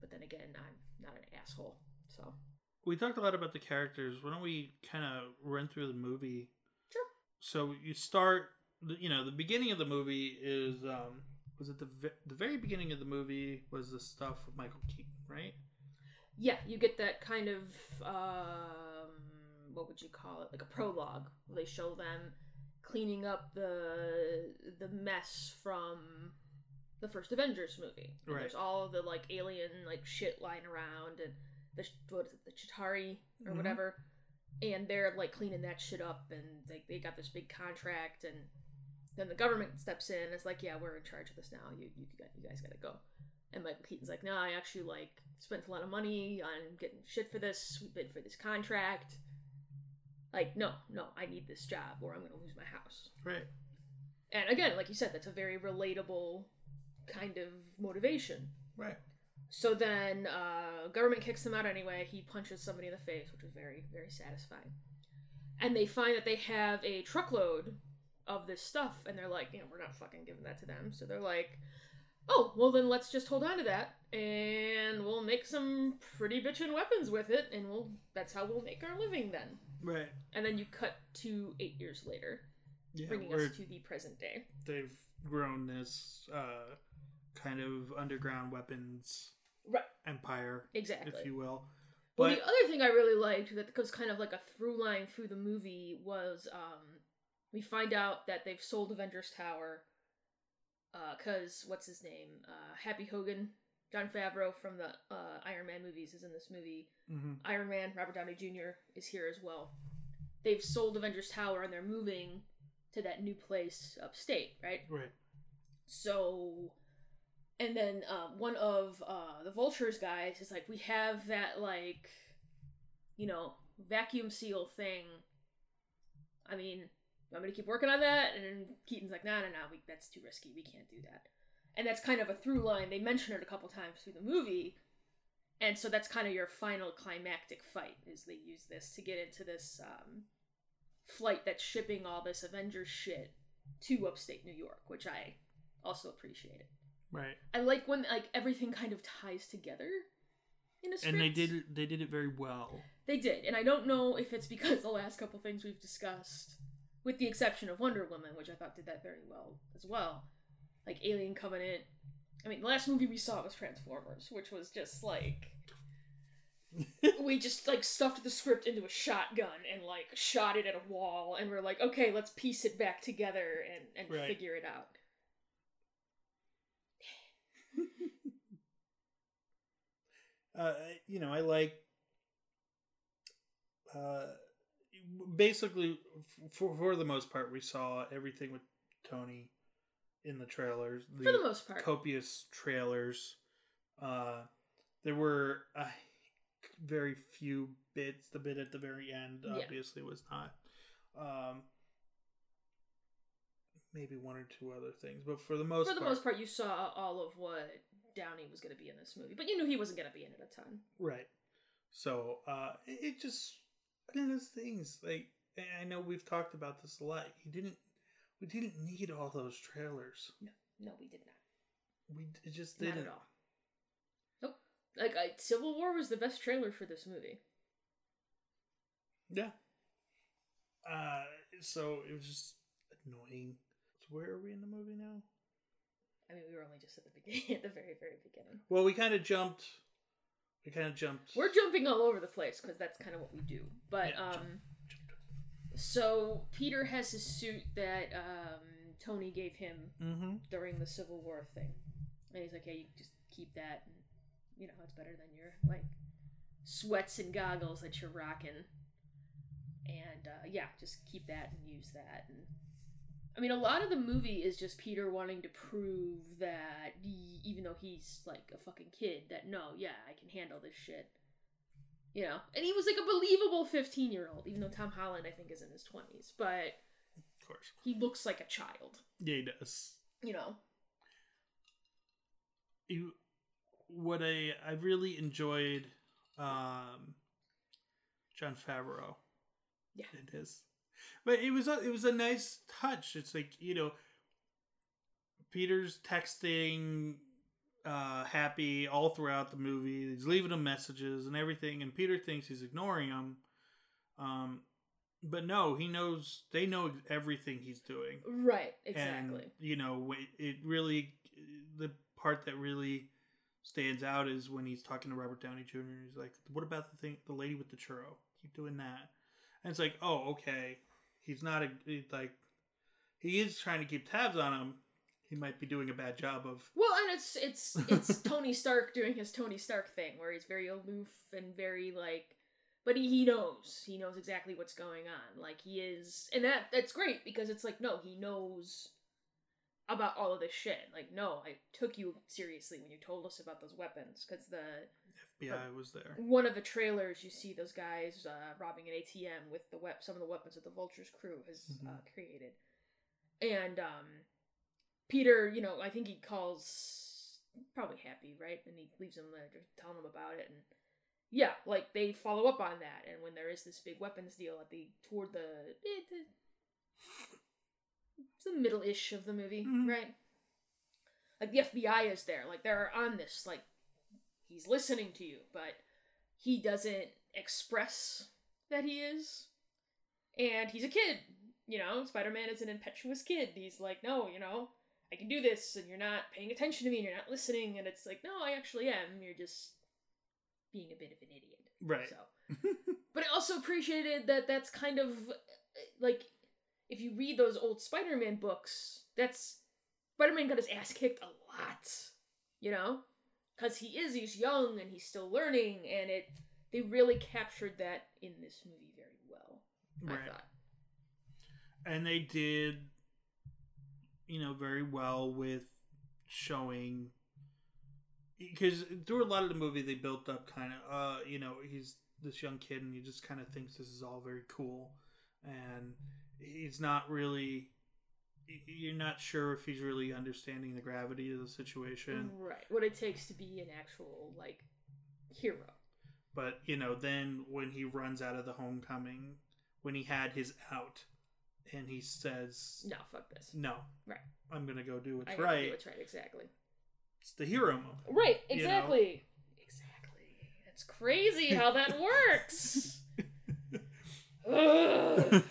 Speaker 1: But then again, I'm not an asshole, so
Speaker 2: We talked a lot about the characters. Why don't we kind of run through the movie?
Speaker 1: Sure.
Speaker 2: So you start, you know, the beginning of the movie is um, was it the ve- the very beginning of the movie was the stuff with Michael Keaton, right?
Speaker 1: yeah, you get that kind of um, what would you call it? Like a prologue. Where they show them cleaning up the the mess from the first Avengers movie. And
Speaker 2: Right.
Speaker 1: There's all the like alien like shit lying around and the what is it, the Chitari or
Speaker 2: Mhm.
Speaker 1: whatever, and they're like cleaning that shit up and they they got this big contract and then the government steps in. It's like, yeah, we're in charge of this now. You you, got, you guys got to go. And Michael Keaton's like, no, I actually like spent a lot of money on getting shit for this. We bid for this contract. Like, no, no, I need this job or I'm gonna lose my house.
Speaker 2: Right.
Speaker 1: And again, like you said, that's a very relatable kind of motivation.
Speaker 2: Right.
Speaker 1: So then, uh, government kicks him out anyway. He punches somebody in the face, which was very, very satisfying. And they find that they have a truckload of this stuff, and they're like, you know, we're not fucking giving that to them. So they're like, oh, well, then let's just hold on to that, and we'll make some pretty bitchin' weapons with it, and we'll that's how we'll make our living then.
Speaker 2: Right.
Speaker 1: And then you cut to eight years later,
Speaker 2: Yeah.
Speaker 1: bringing
Speaker 2: where
Speaker 1: us to the present day.
Speaker 2: they've grown this uh, kind of underground weapons
Speaker 1: Right.
Speaker 2: empire,
Speaker 1: Exactly.
Speaker 2: if you will.
Speaker 1: Well,
Speaker 2: But
Speaker 1: the other thing I really liked that was kind of like a through line through the movie was um, we find out that they've sold Avengers Tower because what's his name? Uh, Happy Hogan, John Favreau from the uh, Iron Man movies is in this movie.
Speaker 2: Mhm.
Speaker 1: Iron Man, Robert Downey Jr. is here as well. They've sold Avengers Tower and they're moving to that new place upstate, right?
Speaker 2: right.
Speaker 1: So, and then uh, one of uh, the vultures guys is like, we have that like, you know, vacuum seal thing. I mean, I'm gonna keep working on that. And Keaton's like, nah, nah, nah, we, that's too risky. We can't do that. And that's kind of a through line. They mention it a couple times through the movie. And so that's kind of your final climactic fight is they use this to get into this um, flight that's shipping all this Avengers shit to upstate New York, which I also appreciate it.
Speaker 2: Right.
Speaker 1: I like when like everything kind of ties together in a script.
Speaker 2: And they did they did it very
Speaker 1: <laughs>
Speaker 2: well.
Speaker 1: They did, and I don't know if it's because the last couple things we've discussed, with the exception of Wonder Woman, which I thought did that very well as well, like Alien Covenant. I mean, the last movie we saw was Transformers, which was just
Speaker 2: <laughs>
Speaker 1: like we just like stuffed the script into a shotgun and like shot it at a wall, and we're like, okay, let's piece it back together and and
Speaker 2: Right.
Speaker 1: figure it out.
Speaker 2: uh, you know, I like uh, basically f- for for the most part, we saw everything with Tony in the trailers, the,
Speaker 1: For the most part,
Speaker 2: copious trailers. Uh, there were uh, very few bits. The bit at the very end
Speaker 1: Yeah.
Speaker 2: obviously was not. Um, maybe one or two other things, but for the most
Speaker 1: for the
Speaker 2: part,
Speaker 1: most part, you saw all of what Downey was going to be in this movie, but you knew he wasn't going to be in it a ton.
Speaker 2: Right. So uh, it, it just one of those things. Like I- I know we've talked about this a lot. You didn't. We didn't need all those trailers.
Speaker 1: No, we did not.
Speaker 2: We d- it just
Speaker 1: Not
Speaker 2: didn't.
Speaker 1: at all. Nope. Like I, Civil War was the best trailer for this movie.
Speaker 2: Yeah. Uh, so it was just annoying. So where are we in the movie now?
Speaker 1: I mean, we were only just at the beginning, <laughs> at the very, very beginning.
Speaker 2: Well, we kind of jumped. We kind of jumped.
Speaker 1: We're jumping all over the place because that's kind of what we do. But
Speaker 2: Yeah,
Speaker 1: um,
Speaker 2: jump. jumped.
Speaker 1: so Peter has his suit that um Tony gave him
Speaker 2: Mm-hmm.
Speaker 1: during the Civil War thing. And he's like, hey, you just keep that. And, you know, it's better than your, like, sweats and goggles that you're rocking. And, uh, yeah, just keep that and use that. And I mean, a lot of the movie is just Peter wanting to prove that, he, even though he's, like, a fucking kid, that no, yeah, I can handle this shit. You know, and he was like a believable 15 year old, even though Tom Holland, I think, is in his 20s, but
Speaker 2: Of course.
Speaker 1: he looks like a child,
Speaker 2: Yeah, he does.
Speaker 1: you know?
Speaker 2: You, what I I really enjoyed, um, John Favreau.
Speaker 1: Yeah.
Speaker 2: it is, but it was a, it was a nice touch. It's like you know, Peter's texting, uh, happy all throughout the movie. He's leaving him messages and everything, and Peter thinks he's ignoring him. Um, but no, he knows. They know everything he's doing.
Speaker 1: Right,
Speaker 2: And,
Speaker 1: exactly.
Speaker 2: you know, wh- it really the part that really stands out is when he's talking to Robert Downey Jr. and He's like, "What about the thing, the lady with the churro? Keep doing that." And it's like, "Oh, okay." He's not a he's like he is trying to keep tabs on him. He might be doing a bad job of
Speaker 1: Well, and it's it's it's Tony Stark doing his Tony Stark thing, where he's very aloof and very like, but he, he knows he knows exactly what's going on. Like he is, and that that's great because it's like no, he knows about all of this shit. Like no, I took you seriously when you told us about those weapons because the
Speaker 2: FBI was there.
Speaker 1: one of the trailers you see those guys uh, robbing an ATM with the wep- some of the weapons that the Vulture's crew has uh, created, and um, Peter, you know, I think he calls probably Happy, right? And he leaves him there, just telling him about it, and yeah, like they follow up on that, and when there is this big weapons deal at the toward the eh, the- it's the middle ish of the movie,
Speaker 2: Mhm.
Speaker 1: right? Like the FBI is there, like they're on this, like he's listening to you, but he doesn't express that he is. And he's a kid, you know. Spider Man is an impetuous kid. He's like, no, you know, I can do this, and you're not paying attention to me, and you're not listening. And it's like, no, I actually am. You're just being a bit of an idiot.
Speaker 2: Right. <laughs>
Speaker 1: So, but I also appreciated that that's kind of uh, like if you read those old Spider-Man books, that's Spider-Man got his ass kicked a lot, you know, because he is he's young and he's still learning, and it they really captured that in this movie very well.
Speaker 2: right.
Speaker 1: I thought.
Speaker 2: and they did you know very well with showing because through a lot of the movie they built up kind of uh you know he's this young kid and he just kind of thinks this is all very cool and he's not really y- you're not sure if he's really understanding the gravity of the situation
Speaker 1: Right, what it takes to be an actual like hero.
Speaker 2: but you know then when he runs out of the homecoming when he had his out and he says
Speaker 1: No, fuck this.
Speaker 2: no
Speaker 1: Right.
Speaker 2: i'm gonna go do what's
Speaker 1: I gotta
Speaker 2: right
Speaker 1: do what's right exactly.
Speaker 2: it's the hero moment.
Speaker 1: Right,
Speaker 2: You know?
Speaker 1: exactly. Exactly. It's crazy how that
Speaker 2: <laughs>
Speaker 1: works. Ugh.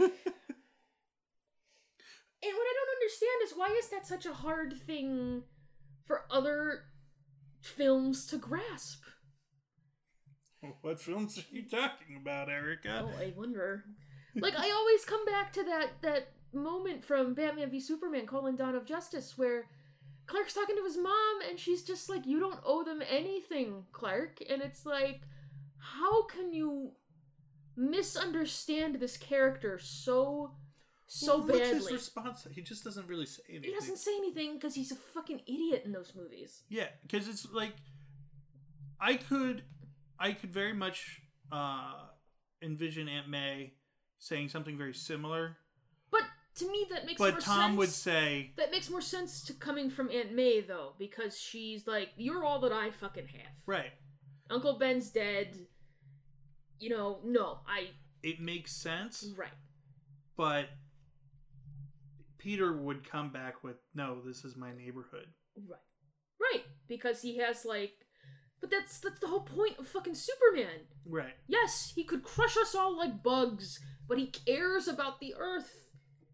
Speaker 1: And what I don't understand is why is that such a hard thing for other films to grasp?
Speaker 2: what films are you talking about, Erica?
Speaker 1: Oh, I
Speaker 2: <laughs>
Speaker 1: wonder. Like I always come back to that that moment from Batman v Superman: colon, Dawn of Justice where Clark's talking to his mom and she's just like, "You don't owe them anything, Clark," and it's like, how can you misunderstand this character so so
Speaker 2: What's
Speaker 1: badly?
Speaker 2: his response? He just doesn't really say anything.
Speaker 1: he doesn't say anything because he's a fucking idiot in those movies.
Speaker 2: Yeah, because it's like I could, I could very much uh, envision Aunt May saying something very similar,
Speaker 1: But to me, that makes
Speaker 2: but
Speaker 1: more
Speaker 2: Tom
Speaker 1: sense.
Speaker 2: would say,
Speaker 1: that makes more sense to coming from Aunt May though, because she's like, "You're all that I fucking have."
Speaker 2: "Right,
Speaker 1: Uncle Ben's dead. You know, no, I
Speaker 2: it makes sense,"
Speaker 1: right,
Speaker 2: but Peter would come back with, "No, this is my neighborhood."
Speaker 1: right, right, because he has like, but that's that's the whole point of fucking Superman.
Speaker 2: Right.
Speaker 1: Yes, he could crush us all like bugs, but he cares about the Earth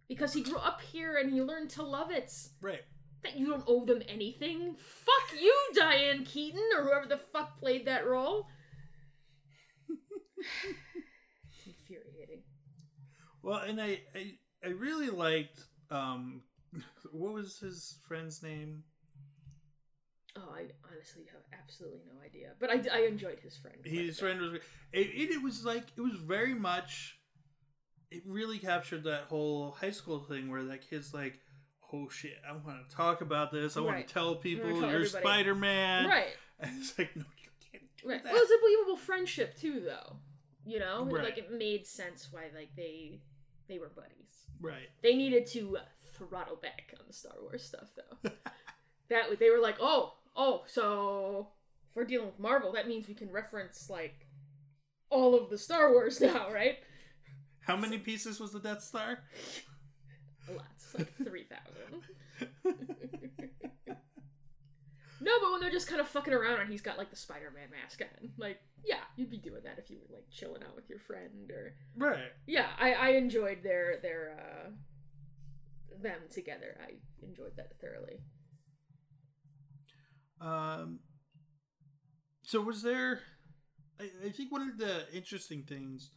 Speaker 1: because he grew up here and he learned to love it.
Speaker 2: Right.
Speaker 1: That you don't owe them anything. Fuck you, Diane Keaton or whoever the fuck played that role. it's infuriating.
Speaker 2: Well, and I, I, I really liked um, <laughs> what was his friend's name?
Speaker 1: Oh, I honestly have absolutely no idea. But I, I enjoyed his friend. quite a
Speaker 2: His
Speaker 1: bit.
Speaker 2: friend was. It, it, it was like it was very much. It really captured that whole high school thing where that kid's like, "Oh shit, I want to talk about this. I want
Speaker 1: Right.
Speaker 2: to tell people
Speaker 1: tell
Speaker 2: you're
Speaker 1: everybody."
Speaker 2: Spider Man."
Speaker 1: Right,
Speaker 2: <laughs> And it's like, no, you can't do
Speaker 1: right.
Speaker 2: that.
Speaker 1: Well, it's a believable friendship too, though. You know,
Speaker 2: Right.
Speaker 1: like it made sense why like they they were buddies.
Speaker 2: Right.
Speaker 1: They needed to throttle back on the Star Wars stuff though. that they were like, oh, oh, so if we're dealing with Marvel, that means we can reference like all of the Star Wars now, right?
Speaker 2: How many pieces was the Death Star?
Speaker 1: A lot, it's like three thousand. No, but when they're just kind of fucking around and he's got like the Spider-Man mask on, like yeah, you'd be doing that if you were like chilling out with your friend or
Speaker 2: right.
Speaker 1: yeah. I I enjoyed their their uh them together. I enjoyed that thoroughly.
Speaker 2: Um. So was there? I, I think one of the interesting things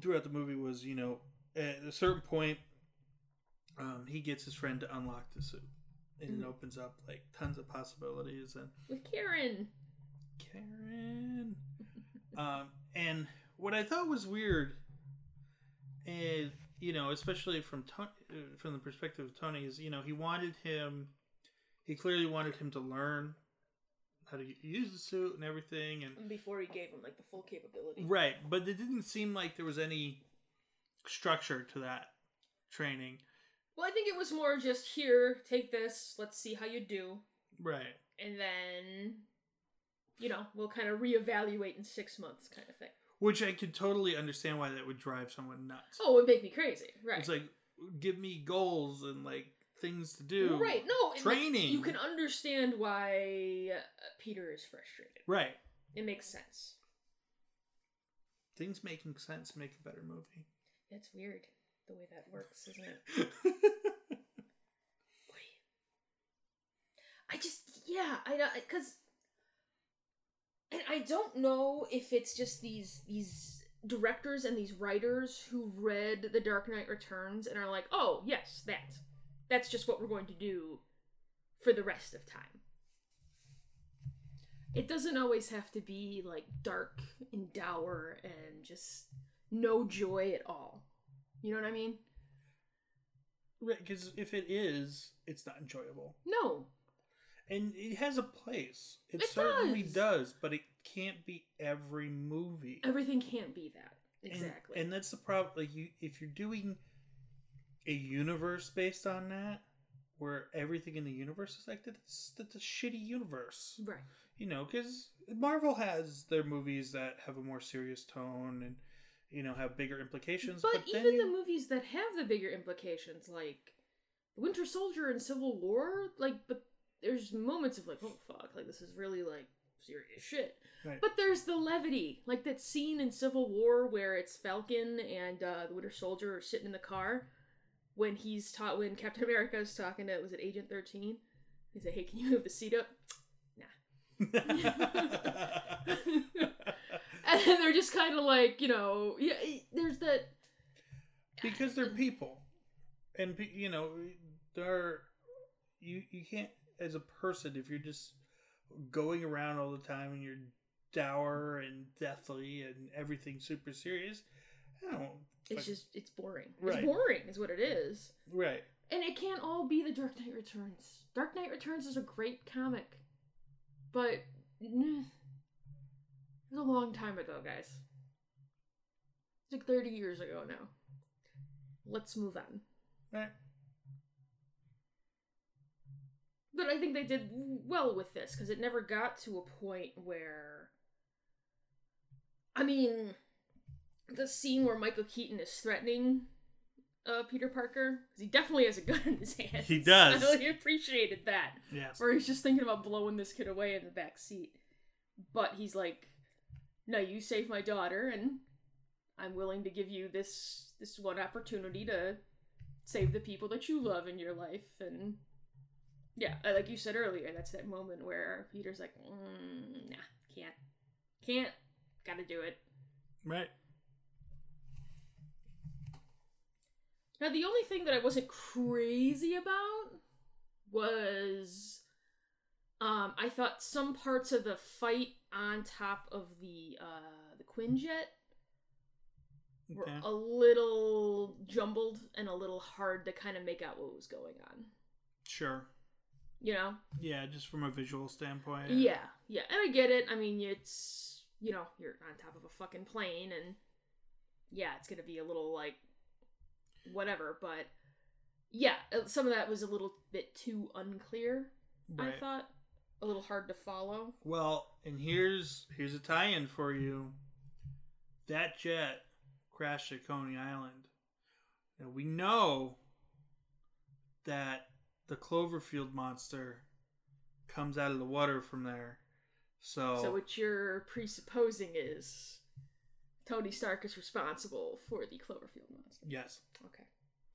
Speaker 2: throughout the movie was, you know, at a certain point, um, he gets his friend to unlock the suit, and
Speaker 1: Mhm.
Speaker 2: it opens up like tons of possibilities. And
Speaker 1: With Karen,
Speaker 2: Karen. um, and what I thought was weird is, you know, especially from Tony, from the perspective of Tony, is you know he wanted him, he clearly wanted him to learn how to use the suit and everything, and
Speaker 1: before he gave him like the full capability.
Speaker 2: right, but it didn't seem like there was any structure to that training,
Speaker 1: Well, I think it was more just here, take this, let's see how you do,
Speaker 2: right?
Speaker 1: and then you know we'll kind of reevaluate in six months, kind of thing.
Speaker 2: Which I could totally understand why that would drive someone nuts.
Speaker 1: Oh, it would make me crazy, right?
Speaker 2: It's like give me goals and like things to do,
Speaker 1: Right. No. it ma-
Speaker 2: Training.
Speaker 1: You can understand why uh, Peter is frustrated.
Speaker 2: Right.
Speaker 1: It makes sense.
Speaker 2: Things making sense make a better movie. <laughs>
Speaker 1: That's weird the way that works, isn't it? I just yeah, I know cuz and I don't know if it's just these these directors and these writers who read The Dark Knight Returns and are like, "Oh, yes, that. That's just what we're going to do for the rest of time." It doesn't always have to be like dark and dour and just no joy at all. You know what I mean?
Speaker 2: right, because if it is, it's not enjoyable,
Speaker 1: No.
Speaker 2: and it has a place. It,
Speaker 1: It
Speaker 2: certainly
Speaker 1: does.
Speaker 2: does. but it can't be every movie.
Speaker 1: Everything can't be that.
Speaker 2: And-
Speaker 1: Exactly.
Speaker 2: And, that's the problem. Like you, if you're doing a universe based on that, where everything in the universe is like that, it's, that's a shitty universe.
Speaker 1: right.
Speaker 2: you know, because Marvel has their movies that have a more serious tone and you know have bigger implications.
Speaker 1: But,
Speaker 2: But, then
Speaker 1: even
Speaker 2: you-
Speaker 1: the movies that have the bigger implications, like Winter Soldier and Civil War, like, but there's moments of like, oh fuck, like this is really like serious shit.
Speaker 2: Right.
Speaker 1: But there's the levity, like that scene in Civil War where it's Falcon and uh, the Winter Soldier are sitting in the car when he's taught when Captain America is talking to was it Agent Thirteen? He said, "Hey, can you move the seat up?" <laughs> And then they're just kind of like, you know, yeah. There's that
Speaker 2: <laughs> because they're people, and pe- you know they're you you can't as a person if you're just going around all the time and you're dour and deathly and everything super serious. I don't
Speaker 1: It's
Speaker 2: fuck-
Speaker 1: just it's boring.
Speaker 2: Right.
Speaker 1: It's boring is what it is.
Speaker 2: right.
Speaker 1: And it can't all be the Dark Knight Returns. Dark Knight Returns is a great comic, but mm, it's a long time ago, guys. It's like thirty years ago now. Let's move on.
Speaker 2: right.
Speaker 1: But I think they did well with this because it never got to a point where. I mean, the scene where Michael Keaton is threatening uh, Peter Parker, 'cause he definitely has a gun in his <laughs> hand.
Speaker 2: He does.
Speaker 1: I really appreciated that.
Speaker 2: Yes.
Speaker 1: Where he's just thinking about blowing this kid away in the back seat. But he's like, no, you saved my daughter, and I'm willing to give you this this one opportunity to save the people that you love in your life. And yeah, uh, like you said earlier, that's that moment where Peter's like, mm, nah, can't, can't, gotta do it.
Speaker 2: Right.
Speaker 1: Now, the only thing that I wasn't crazy about was um, I thought some parts of the fight on top of the uh, the Quinjet were
Speaker 2: Okay.
Speaker 1: a little jumbled and a little hard to kind of make out what was going on.
Speaker 2: Sure.
Speaker 1: You know?
Speaker 2: Oh, Yeah, just from a visual standpoint.
Speaker 1: Yeah, yeah. And I get it. I mean, it's you know, you're on top of a fucking plane and yeah, it's going to be a little like whatever, but yeah, uh, some of that was a little bit too unclear, I thought. A little hard to follow.
Speaker 2: Well, and here's here's a tie-in for you. That jet crashed at Coney Island. Now we know that the Cloverfield monster comes out of the water from there. So,
Speaker 1: So what you're presupposing is Tony Stark is responsible for the Cloverfield monster.
Speaker 2: yes,
Speaker 1: Okay.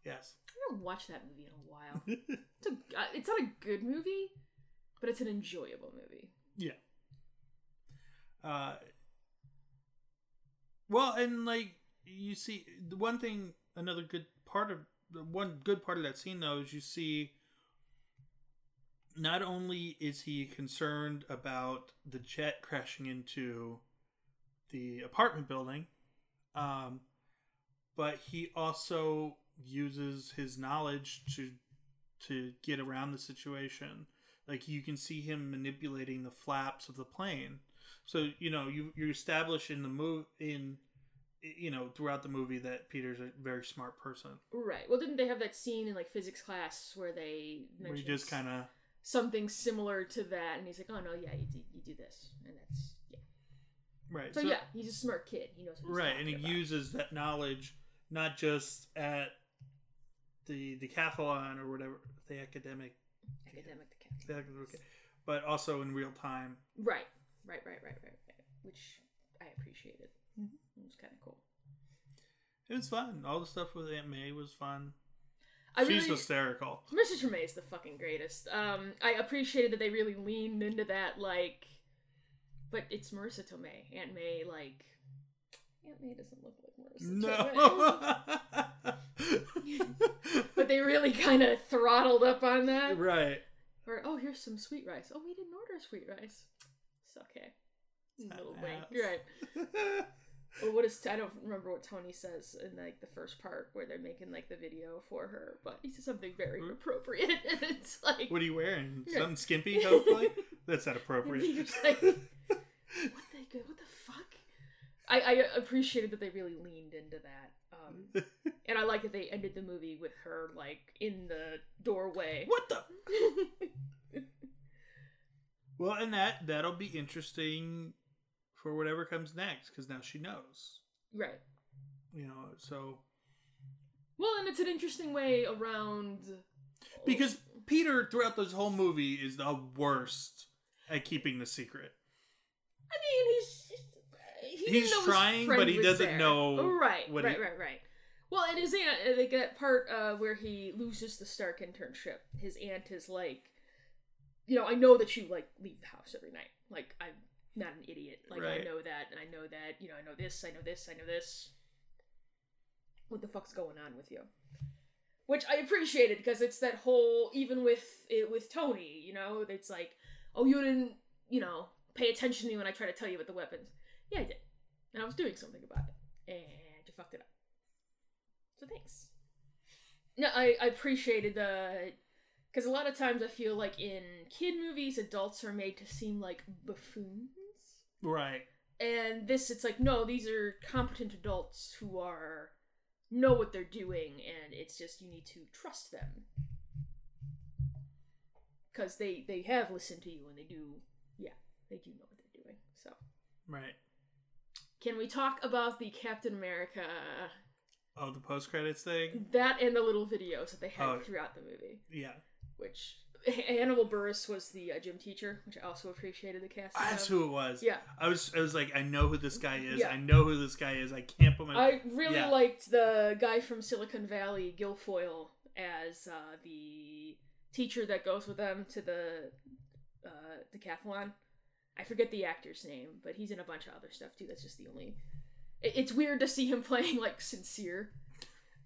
Speaker 2: yes. <laughs>
Speaker 1: I haven't watched that movie in a while. It's a, uh, it's not a good movie, but it's an enjoyable movie.
Speaker 2: Yeah. Uh, well, and like you see, the one thing, another good part of the one good part of that scene though is you see. Not only is he concerned about the jet crashing into the apartment building, um, but he also uses his knowledge to to get around the situation like you can see him manipulating the flaps of the plane so you know you you establish in the move in you know throughout the movie that peter's a very smart person
Speaker 1: Right. Well, didn't they have that scene in like physics class where they
Speaker 2: where you
Speaker 1: mentioned
Speaker 2: just kind of
Speaker 1: something similar to that, and he's like, "Oh no, yeah, you do, you do this," and that's yeah.
Speaker 2: right
Speaker 1: So, yeah, he's a smart kid. He knows what he's
Speaker 2: right and
Speaker 1: talking
Speaker 2: he
Speaker 1: about.
Speaker 2: uses that knowledge not just at the decathlon or whatever the academic
Speaker 1: academic
Speaker 2: the academic- but also in real time
Speaker 1: Right. Right. Right. Right. Right. Right. Which I appreciated. It was kind of cool.
Speaker 2: it was fun all the stuff with aunt may was fun
Speaker 1: I
Speaker 2: she's
Speaker 1: really,
Speaker 2: hysterical
Speaker 1: Mrs. Tremaine is the fucking greatest. Um, I appreciated that they really leaned into that, like, but it's Marissa Tomei. Aunt May, like, Aunt May doesn't look like Marissa
Speaker 2: <laughs>
Speaker 1: Tomei.
Speaker 2: No. <laughs>
Speaker 1: <laughs> but they really kind of throttled up on that.
Speaker 2: right.
Speaker 1: Or, oh, here's some sweet rice. Oh, we didn't order sweet rice. It's okay. Little wink.
Speaker 2: ass.
Speaker 1: You're right. uh, Well, what is I don't remember what Tony says in like the first part where they're making like the video for her, but he says something very
Speaker 2: Hmm.
Speaker 1: appropriate, <laughs> and it's like
Speaker 2: <laughs> What are you wearing?
Speaker 1: You're right.
Speaker 2: Something skimpy,
Speaker 1: <laughs>
Speaker 2: hopefully? That's not
Speaker 1: You're
Speaker 2: appropriate.
Speaker 1: just like, what the what the fuck? I, I appreciated that they really leaned into that, um,
Speaker 2: Mm-hmm.
Speaker 1: <laughs> and I like that they ended the movie with her like in the doorway.
Speaker 2: <laughs> what the? Well, and that that'll be interesting for whatever comes next because now she knows.
Speaker 1: <laughs> right.
Speaker 2: You know, so
Speaker 1: Well, and it's an interesting way around
Speaker 2: because Peter throughout this whole movie is the worst at keeping the secret.
Speaker 1: I mean, he's he didn't
Speaker 2: He's
Speaker 1: know his
Speaker 2: trying,
Speaker 1: friend
Speaker 2: but he
Speaker 1: was
Speaker 2: doesn't
Speaker 1: there. Oh,
Speaker 2: know
Speaker 1: Right,
Speaker 2: what
Speaker 1: right,
Speaker 2: he-
Speaker 1: right, right. Well, and his aunt, like that part uh, where he loses the Stark internship. His aunt is like, you know, I know that you like leave the house every night. Like I'm not an idiot. Like I
Speaker 2: Right.
Speaker 1: know that, and I know that. You know, I know this. I know this. I know this. What the fuck's going on with you? Which I appreciated because it's that whole even with it with Tony, you know, it's like, oh, you didn't, you know, pay attention to me when I tried to tell you about the weapons. Yeah, I did, and I was doing something about it, and you fucked it up. So thanks. No, I, I appreciated the because a lot of times I feel like in kid movies, adults are made to seem like buffoons,
Speaker 2: Right.
Speaker 1: and this it's like no, these are competent adults who are know what they're doing, and it's just you need to trust them because they they have listened to you and they do yeah they do know what they're doing. So
Speaker 2: Right.
Speaker 1: can we talk about the Captain America
Speaker 2: Oh, the post credits thing?
Speaker 1: that and the little videos that they had
Speaker 2: Oh.
Speaker 1: throughout the movie?
Speaker 2: Yeah.
Speaker 1: which <laughs> Hannibal Burris was the uh, gym teacher, which I also appreciated the casting.
Speaker 2: That's
Speaker 1: of.
Speaker 2: who it was.
Speaker 1: Yeah,
Speaker 2: I was I was like, I know who this guy is.
Speaker 1: Yeah.
Speaker 2: I know who this guy is. I can't put my
Speaker 1: I really
Speaker 2: yeah.
Speaker 1: liked the guy from Silicon Valley, Guilfoyle, as uh, the teacher that goes with them to the uh, decathlon. I forget the actor's name, but he's in a bunch of other stuff too. That's just the only. It- It's weird to see him <laughs> playing like sincere,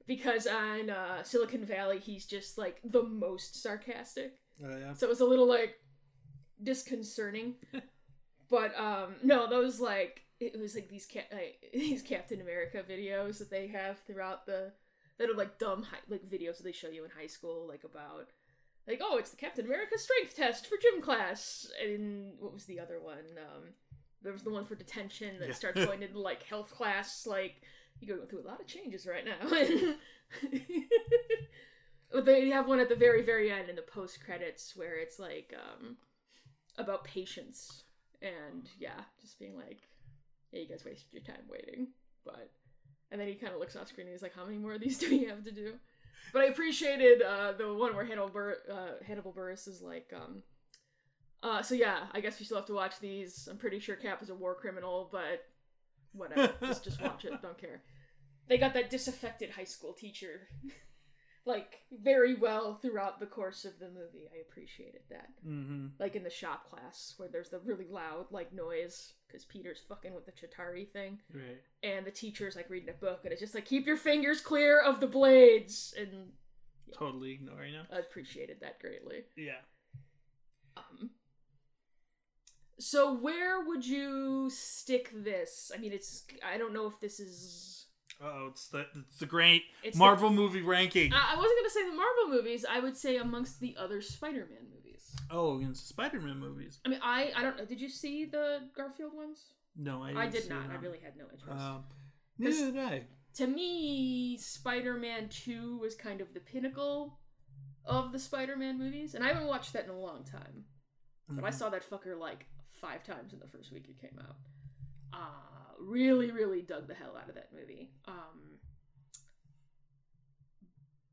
Speaker 1: because on uh, Silicon Valley he's just like the most sarcastic.
Speaker 2: Oh, yeah.
Speaker 1: So it was a little like disconcerting. but um no, those like it was like these ca- like, <laughs> these Captain America videos that they have throughout the that are like dumb hi- like videos that they show you in high school like about like oh it's the Captain America strength test for gym class and what was the other one um There was the one for detention that
Speaker 2: Yeah.
Speaker 1: starts going into like health class. Like you're going through a lot of changes right now. <laughs> But they have one at the very, very end in the post credits where it's like um, about patience and yeah, just being like, yeah, you guys wasted your time waiting. But and then he kind of looks off screen and he's like, how many more of these <laughs> do we have to do? But I appreciated uh, the one where Hannibal, Bur- uh, Hannibal Burris is like, um, uh, so yeah, I guess we still have to watch these. I'm pretty sure Cap is a war criminal, but whatever. just just watch it. Don't care. They got that disaffected high school teacher, <laughs> like very well throughout the course of the movie. I appreciated that.
Speaker 2: Mm-hmm.
Speaker 1: Like in the shop class where there's the really loud like noise because Peter's fucking with the Chitari thing
Speaker 2: Right.
Speaker 1: and the teacher's like reading a book and it's just like keep your fingers clear of the blades and
Speaker 2: Totally ignoring him.
Speaker 1: i appreciated that greatly
Speaker 2: Yeah.
Speaker 1: um so where would you stick this i mean it's i don't know if this is
Speaker 2: Oh, it's the it's the great
Speaker 1: It's the- Ah.
Speaker 2: Marvel movie ranking.
Speaker 1: i, I wasn't gonna say the marvel movies i would say amongst the other spider-man movies
Speaker 2: oh, against the Spider-Man movies.
Speaker 1: i mean i i don't know did you see the garfield ones
Speaker 2: No, I,
Speaker 1: i,
Speaker 2: didn't
Speaker 1: did
Speaker 2: see
Speaker 1: not i
Speaker 2: them.
Speaker 1: really had no interest
Speaker 2: Um,
Speaker 1: This-
Speaker 2: neither did I.
Speaker 1: to me, Spider Man 2 was kind of the pinnacle of the Spider Man movies, and I haven't watched that in a long time. But Oh, I
Speaker 2: Mhm.
Speaker 1: saw that fucker like five times in the first week it came out. Uh, really, really dug the hell out of that movie. Um,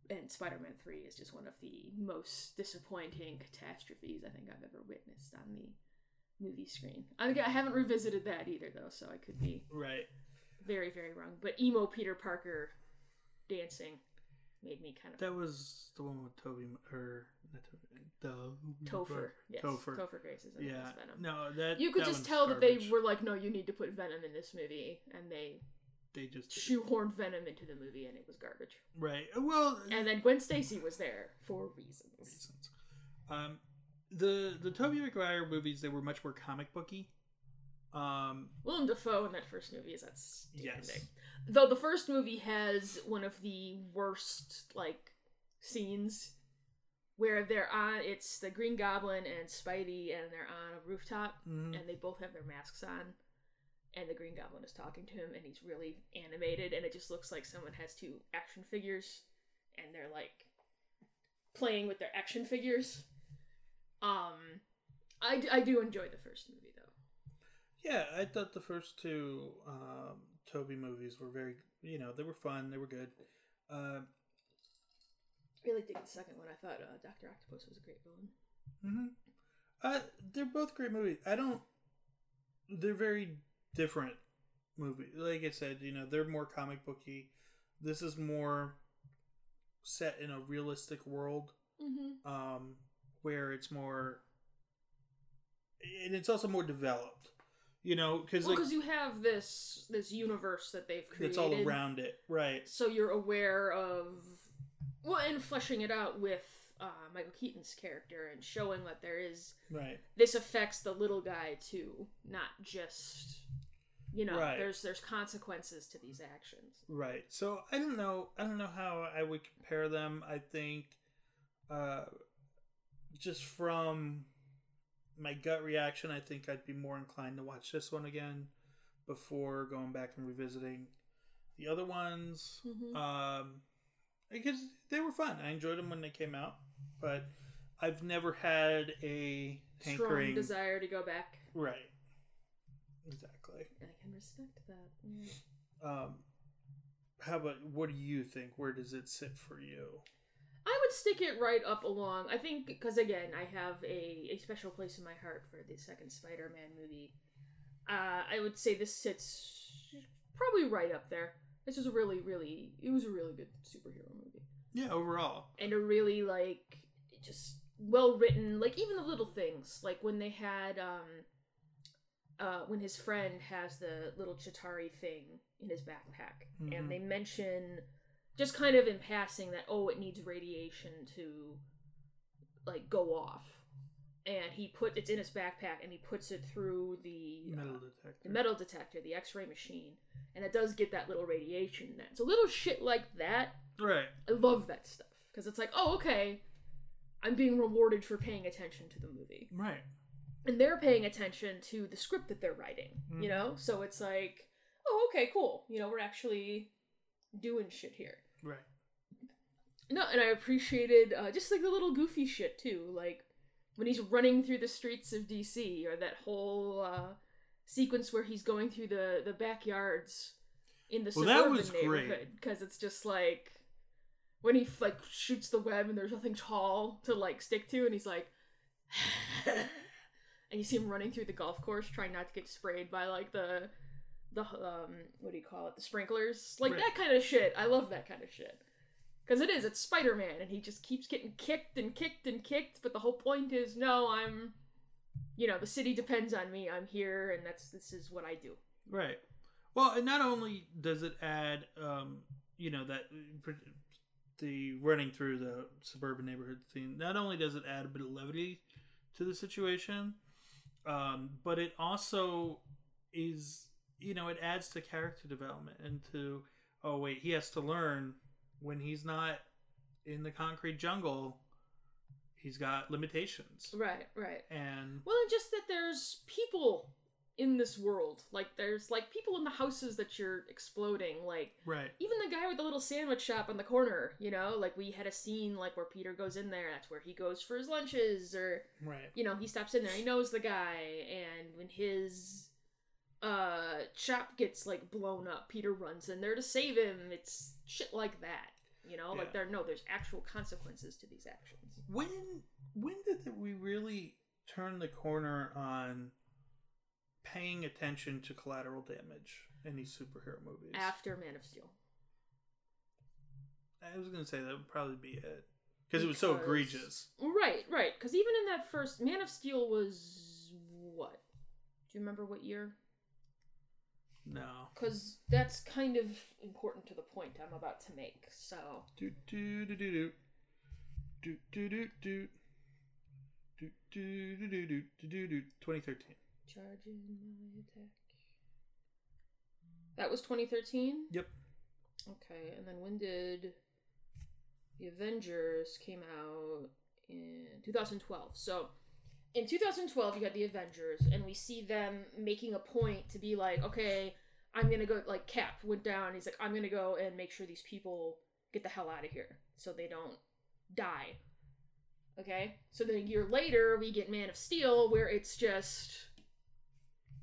Speaker 1: and Spider Man 3 is just one of the most disappointing catastrophes I think I've ever witnessed on the movie screen. I, think I haven't revisited that either, though, so I could be
Speaker 2: Right.
Speaker 1: very very wrong but emo peter parker dancing made me kind of
Speaker 2: That was the one with Toby or not Toby, the
Speaker 1: topher yes
Speaker 2: Topher.
Speaker 1: topher, grace is in
Speaker 2: Yeah.
Speaker 1: this venom
Speaker 2: No, that
Speaker 1: you could
Speaker 2: that
Speaker 1: just
Speaker 2: one's
Speaker 1: tell that they
Speaker 2: garbage.
Speaker 1: were like no you need to put venom in this movie and they
Speaker 2: they just
Speaker 1: shoehorned venom into the movie and it was garbage
Speaker 2: right. Well,
Speaker 1: and then gwen stacy was there for reasons
Speaker 2: reasons. Um, the the Toby Maguire movies they were much more comic booky. Um,
Speaker 1: willem dafoe in that first movie is outstanding
Speaker 2: yes,
Speaker 1: though the first movie has one of the worst like scenes where they're on it's the green goblin and spidey and they're on a rooftop
Speaker 2: Mhm.
Speaker 1: and they both have their masks on and the green goblin is talking to him and he's really animated and it just looks like someone has two action figures and they're like playing with their action figures um i, d- I do enjoy the first movie though
Speaker 2: yeah. I thought the first two um, Toby movies were very, you know, they were fun. They were good. Um
Speaker 1: really dig the second one i thought uh, dr octopus was a great villain
Speaker 2: hmm Uh, they're both great movies. I don't. They're very different movies. Like I said, you know, they're more comic booky. This is more set in a realistic world,
Speaker 1: mm-hmm
Speaker 2: um, where it's more, and it's also more developed. You know, because
Speaker 1: Well,
Speaker 2: like
Speaker 1: because you have this this universe that they've created.
Speaker 2: it's all around it, right?
Speaker 1: So you're aware of well, and fleshing it out with uh, Michael Keaton's character and showing that there is
Speaker 2: Right.
Speaker 1: this affects the little guy too, not just you know.
Speaker 2: Right.
Speaker 1: There's there's consequences to these actions.
Speaker 2: Right. So I don't know. I don't know how I would compare them. I think, uh, just from my gut reaction, I think I'd be more inclined to watch this one again before going back and revisiting the other ones.
Speaker 1: Mhm.
Speaker 2: Um, because they were fun. I enjoyed them when they came out, but I've never had a
Speaker 1: Strong
Speaker 2: hankering.
Speaker 1: desire to go back.
Speaker 2: Right. Exactly.
Speaker 1: I can respect that. Yeah.
Speaker 2: Um, how about what do you think? Where does it sit for you?
Speaker 1: I would stick it right up along. I think because again, I have a, a special place in my heart for the second Spider-Man movie. Uh, I would say this sits probably right up there. This was a really, really, it was a really good superhero movie,
Speaker 2: Yeah, overall.
Speaker 1: and a really like just well written. Like even the little things, like when they had um, uh, when his friend has the little Chitari thing in his backpack,
Speaker 2: Mhm.
Speaker 1: and they mention just kind of in passing that oh, it needs radiation to like go off, and he put it's in his backpack, and he puts it through the uh,
Speaker 2: Metal detector.
Speaker 1: the metal detector, the X-ray machine, and it does get that little radiation. Then so little shit like that,
Speaker 2: Right.
Speaker 1: I love that stuff because it's like oh okay, I'm being rewarded for paying attention to the movie
Speaker 2: Right.
Speaker 1: and they're paying attention to the script that they're writing,
Speaker 2: Mhm.
Speaker 1: you know? So it's like, oh, okay, cool. You know, we're actually doing shit here.
Speaker 2: Right.
Speaker 1: No, and I appreciated uh, just like the little goofy shit too, like when he's running through the streets of DC, or that whole uh, sequence where he's going through the the backyards in the
Speaker 2: Well, that
Speaker 1: suburban
Speaker 2: was great.
Speaker 1: neighborhood, because it's just like when he like shoots the web and there's nothing tall to like stick to, and he's like, and you see him running through the golf course trying not to get sprayed by like the the um what do you call it the sprinklers like
Speaker 2: Right.
Speaker 1: that kind of shit i love that kind of shit because it is it's spider-man and he just keeps getting kicked and kicked and kicked but the whole point is no i'm you know the city depends on me i'm here and that's this is what i do
Speaker 2: Right. Well, and not only does it add, um, you know, that uh, the running through the suburban neighborhood thing, not only does it add a bit of levity to the situation, um, but it also is, you know, it adds to character development and to, oh, wait, he has to learn when he's not in the concrete jungle, he's got limitations.
Speaker 1: right right
Speaker 2: And,
Speaker 1: well and just that there's people in this world like there's like people in the houses that you're exploding like
Speaker 2: right.
Speaker 1: even the guy with the little sandwich shop on the corner, you know, like we had a scene like where Peter goes in there, that's where he goes for his lunches, or
Speaker 2: Right.
Speaker 1: you know, he stops in there, he knows the guy, and when his uh shop gets like blown up, Peter runs in there to save him. It's shit like that. You know,
Speaker 2: Yeah.
Speaker 1: like there no, there's actual consequences to these actions.
Speaker 2: when when did we really turn the corner on paying attention to collateral damage in these superhero movies?
Speaker 1: After Man of Steel.
Speaker 2: I was gonna say that would probably be it because it was so
Speaker 1: Because-
Speaker 2: egregious.
Speaker 1: Right, right. Because even in that first Man of Steel was what? Do you remember what year?
Speaker 2: No.
Speaker 1: because that's kind of important to the point I'm about to make. So,
Speaker 2: Do do do do do do do do do. Do, do, do, do, do, do, do, do, 2013.
Speaker 1: charging my attack. That was 2013.
Speaker 2: Yep.
Speaker 1: Okay, and then when did the Avengers came out in 2012? So, in 2012, you had the Avengers, and we see them making a point to be like, okay, I'm gonna go. Like Cap went down. He's like, I'm gonna go and make sure these people get the hell out of here so they don't die. Okay, so then a year later, we get Man of Steel, where it's just,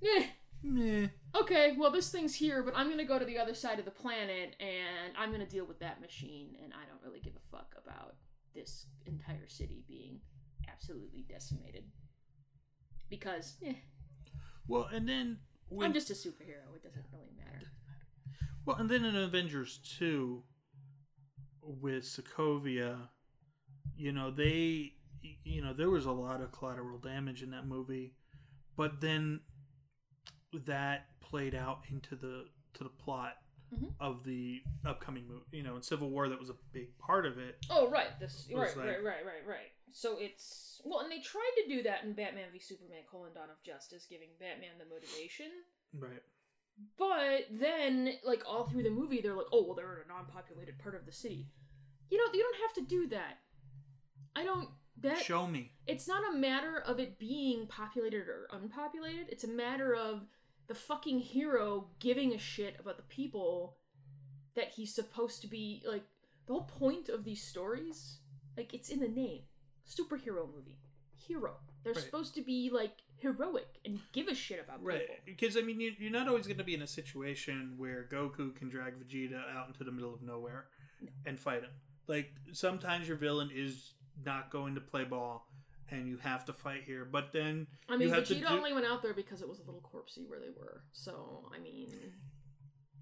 Speaker 1: eh,
Speaker 2: Meh.
Speaker 1: okay, well, this thing's here, but I'm gonna go to the other side of the planet and I'm gonna deal with that machine, and I don't really give a fuck about this entire city being absolutely decimated. Because, eh,
Speaker 2: Well, and then
Speaker 1: I'm
Speaker 2: when,
Speaker 1: just a superhero, it doesn't really matter.
Speaker 2: Well, and then in Avengers 2 with Sokovia, you know, they you know, there was a lot of collateral damage in that movie, but then that played out into the to the plot
Speaker 1: Mhm.
Speaker 2: of the upcoming movie, you know, in Civil War that was a big part of it.
Speaker 1: Oh, right, this,
Speaker 2: It
Speaker 1: right,
Speaker 2: was
Speaker 1: right,
Speaker 2: like-
Speaker 1: right, right, right. So it's, well, and they tried to do that in Batman v Superman, colon, Dawn of Justice, giving Batman the motivation.
Speaker 2: Right.
Speaker 1: But then, like all through the movie, they're like, "Oh, well, they're in a non-populated part of the city." You know, you don't have to do that. I don't. That
Speaker 2: Show me.
Speaker 1: it's not a matter of it being populated or unpopulated. It's a matter of the fucking hero giving a shit about the people that he's supposed to be like. The whole point of these stories, like, it's in the name, superhero movie, hero. They're
Speaker 2: Right.
Speaker 1: supposed to be like heroic and give a shit about
Speaker 2: Right.
Speaker 1: people.
Speaker 2: Because I mean, you, you're not always going to be in a situation where Goku can drag Vegeta out into the middle of nowhere and fight him. Like sometimes your villain is not going to play ball, and you have to fight here. But then <laughs>
Speaker 1: I mean,
Speaker 2: you have to
Speaker 1: Vegeta
Speaker 2: do-
Speaker 1: only went out there because it was a little corpsey where they were. So, I mean,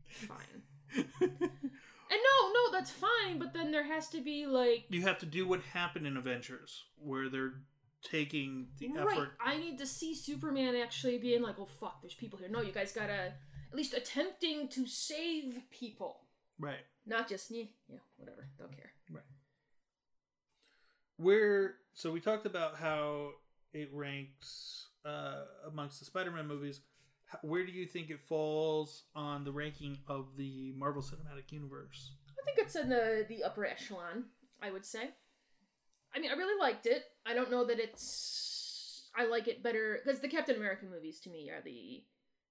Speaker 1: fine. And no, no, that's fine, but then there has to be, like,
Speaker 2: you have to do what happened in Avengers, where they're taking the
Speaker 1: right,
Speaker 2: effort.
Speaker 1: I need to see Superman actually being like, oh, fuck, there's people here. No, you guys gotta at least attempting to save people.
Speaker 2: Right.
Speaker 1: Not just, yeah, yeah whatever, don't care.
Speaker 2: Right. Where so we talked about how it ranks uh, amongst the Spider-Man movies. How, where do you think it falls on the ranking of the Marvel Cinematic Universe?
Speaker 1: I think it's in the, the upper echelon, I would say. I mean, I really liked it. I don't know that it's. I like it better because the Captain America movies to me are the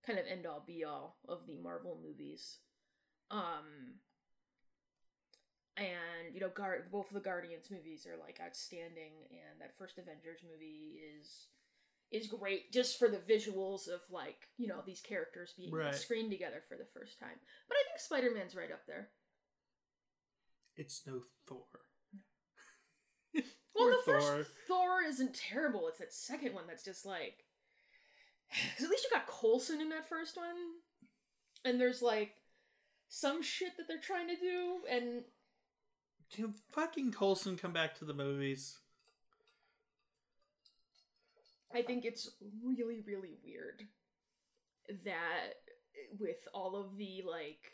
Speaker 1: kind of end all be all of the Marvel movies. Um and you know, Guard both of the Guardians movies are like outstanding, and that first Avengers movie is is great just for the visuals of like you know these characters being on
Speaker 2: Right.
Speaker 1: screen together for the first time. But I think Spider Man's right up there.
Speaker 2: It's no Thor.
Speaker 1: Well,
Speaker 2: Or
Speaker 1: the
Speaker 2: Thor.
Speaker 1: first Thor isn't terrible. It's that second one that's just like. <sighs> 'Cause at least you got Coulson in that first one, and there's like some shit that they're trying to do, and
Speaker 2: Can fucking Colson come back to the movies?
Speaker 1: I think it's really, really weird that with all of the like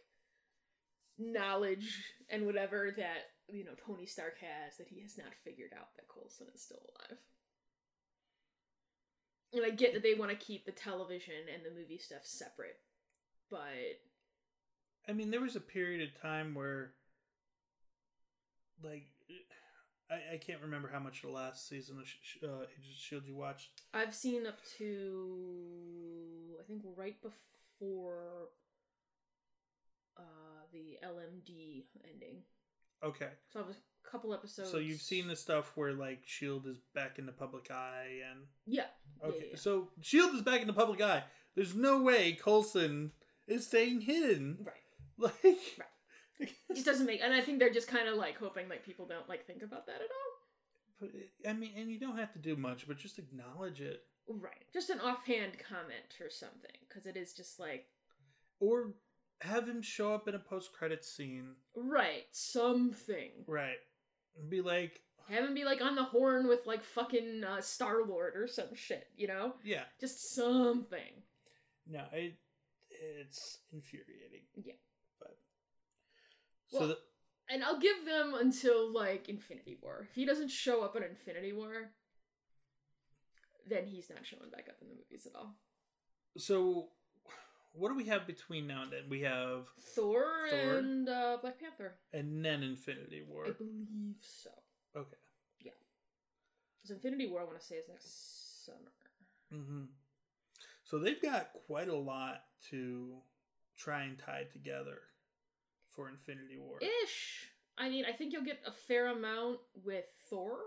Speaker 1: knowledge and whatever that you know Tony Stark has, that he has not figured out that Coulson is still alive. And I get that they want to keep the television and the movie stuff separate, but
Speaker 2: I mean, there was a period of time where, like, I, I can't remember how much the last season of Sh- uh, Agents of Shield you watched.
Speaker 1: I've seen up to I think right before uh, the LMD ending.
Speaker 2: Okay,
Speaker 1: So I was a couple episodes.
Speaker 2: so you've seen the stuff where like Shield E is back in the public eye, and
Speaker 1: Yeah.
Speaker 2: okay,
Speaker 1: Yeah, yeah, yeah.
Speaker 2: so Shield E is back in the public eye. There's no way Colson is staying hidden.
Speaker 1: Right.
Speaker 2: <laughs>
Speaker 1: It
Speaker 2: Like,
Speaker 1: just doesn't make, and I think they're just kind of like hoping like people don't like think about that at all.
Speaker 2: <laughs> but, I mean, and you don't have to do much, but just acknowledge it.
Speaker 1: Right. Just an offhand comment or something, because it is just like
Speaker 2: or have him show up in a post credit scene
Speaker 1: right something.
Speaker 2: right and be like
Speaker 1: Have him be like on the horn with like fucking uh, Star Lord or some shit, you know?
Speaker 2: yeah
Speaker 1: Just something.
Speaker 2: no it it's infuriating
Speaker 1: Yeah.
Speaker 2: but so
Speaker 1: Well-
Speaker 2: the,
Speaker 1: And I'll give them until like Infinity War. If he doesn't show up in Infinity War, then he's not showing back up in the movies at all.
Speaker 2: so what do we have between now and then we have
Speaker 1: Thor,
Speaker 2: Thor.
Speaker 1: and uh, Black Panther.
Speaker 2: and then infinity war
Speaker 1: I believe so.
Speaker 2: okay
Speaker 1: Because Infinity War, I want to say, is next summer.
Speaker 2: hmm so they've got quite a lot to try and tie together for infinity war
Speaker 1: Ish. I mean, I think you'll get a fair amount with Thor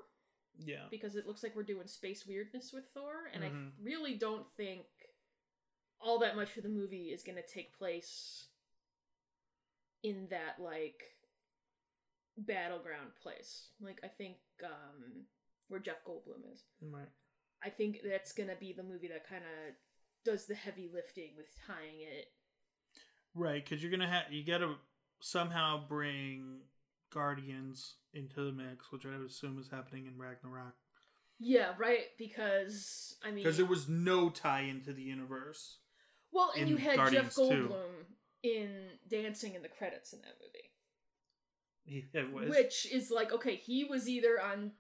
Speaker 2: yeah
Speaker 1: because it looks like we're doing space weirdness with Thor, and
Speaker 2: Mhm.
Speaker 1: I really don't think all that much of the movie is going to take place in that like battleground place. Like I think um where Jeff Goldblum is.
Speaker 2: right
Speaker 1: I think that's gonna be the movie that kind of does the heavy lifting with tying it.
Speaker 2: Right, because you're gonna have you gotta somehow bring Guardians into the mix, which I would assume is happening in Ragnarok.
Speaker 1: Yeah, right. Because I mean,
Speaker 2: Because there was no tie into the universe. <laughs>
Speaker 1: well, and
Speaker 2: in
Speaker 1: you had Jeff
Speaker 2: Guardians too.
Speaker 1: Goldblum in dancing in the credits in that movie,
Speaker 2: Yeah, It was
Speaker 1: which is like okay, he was either on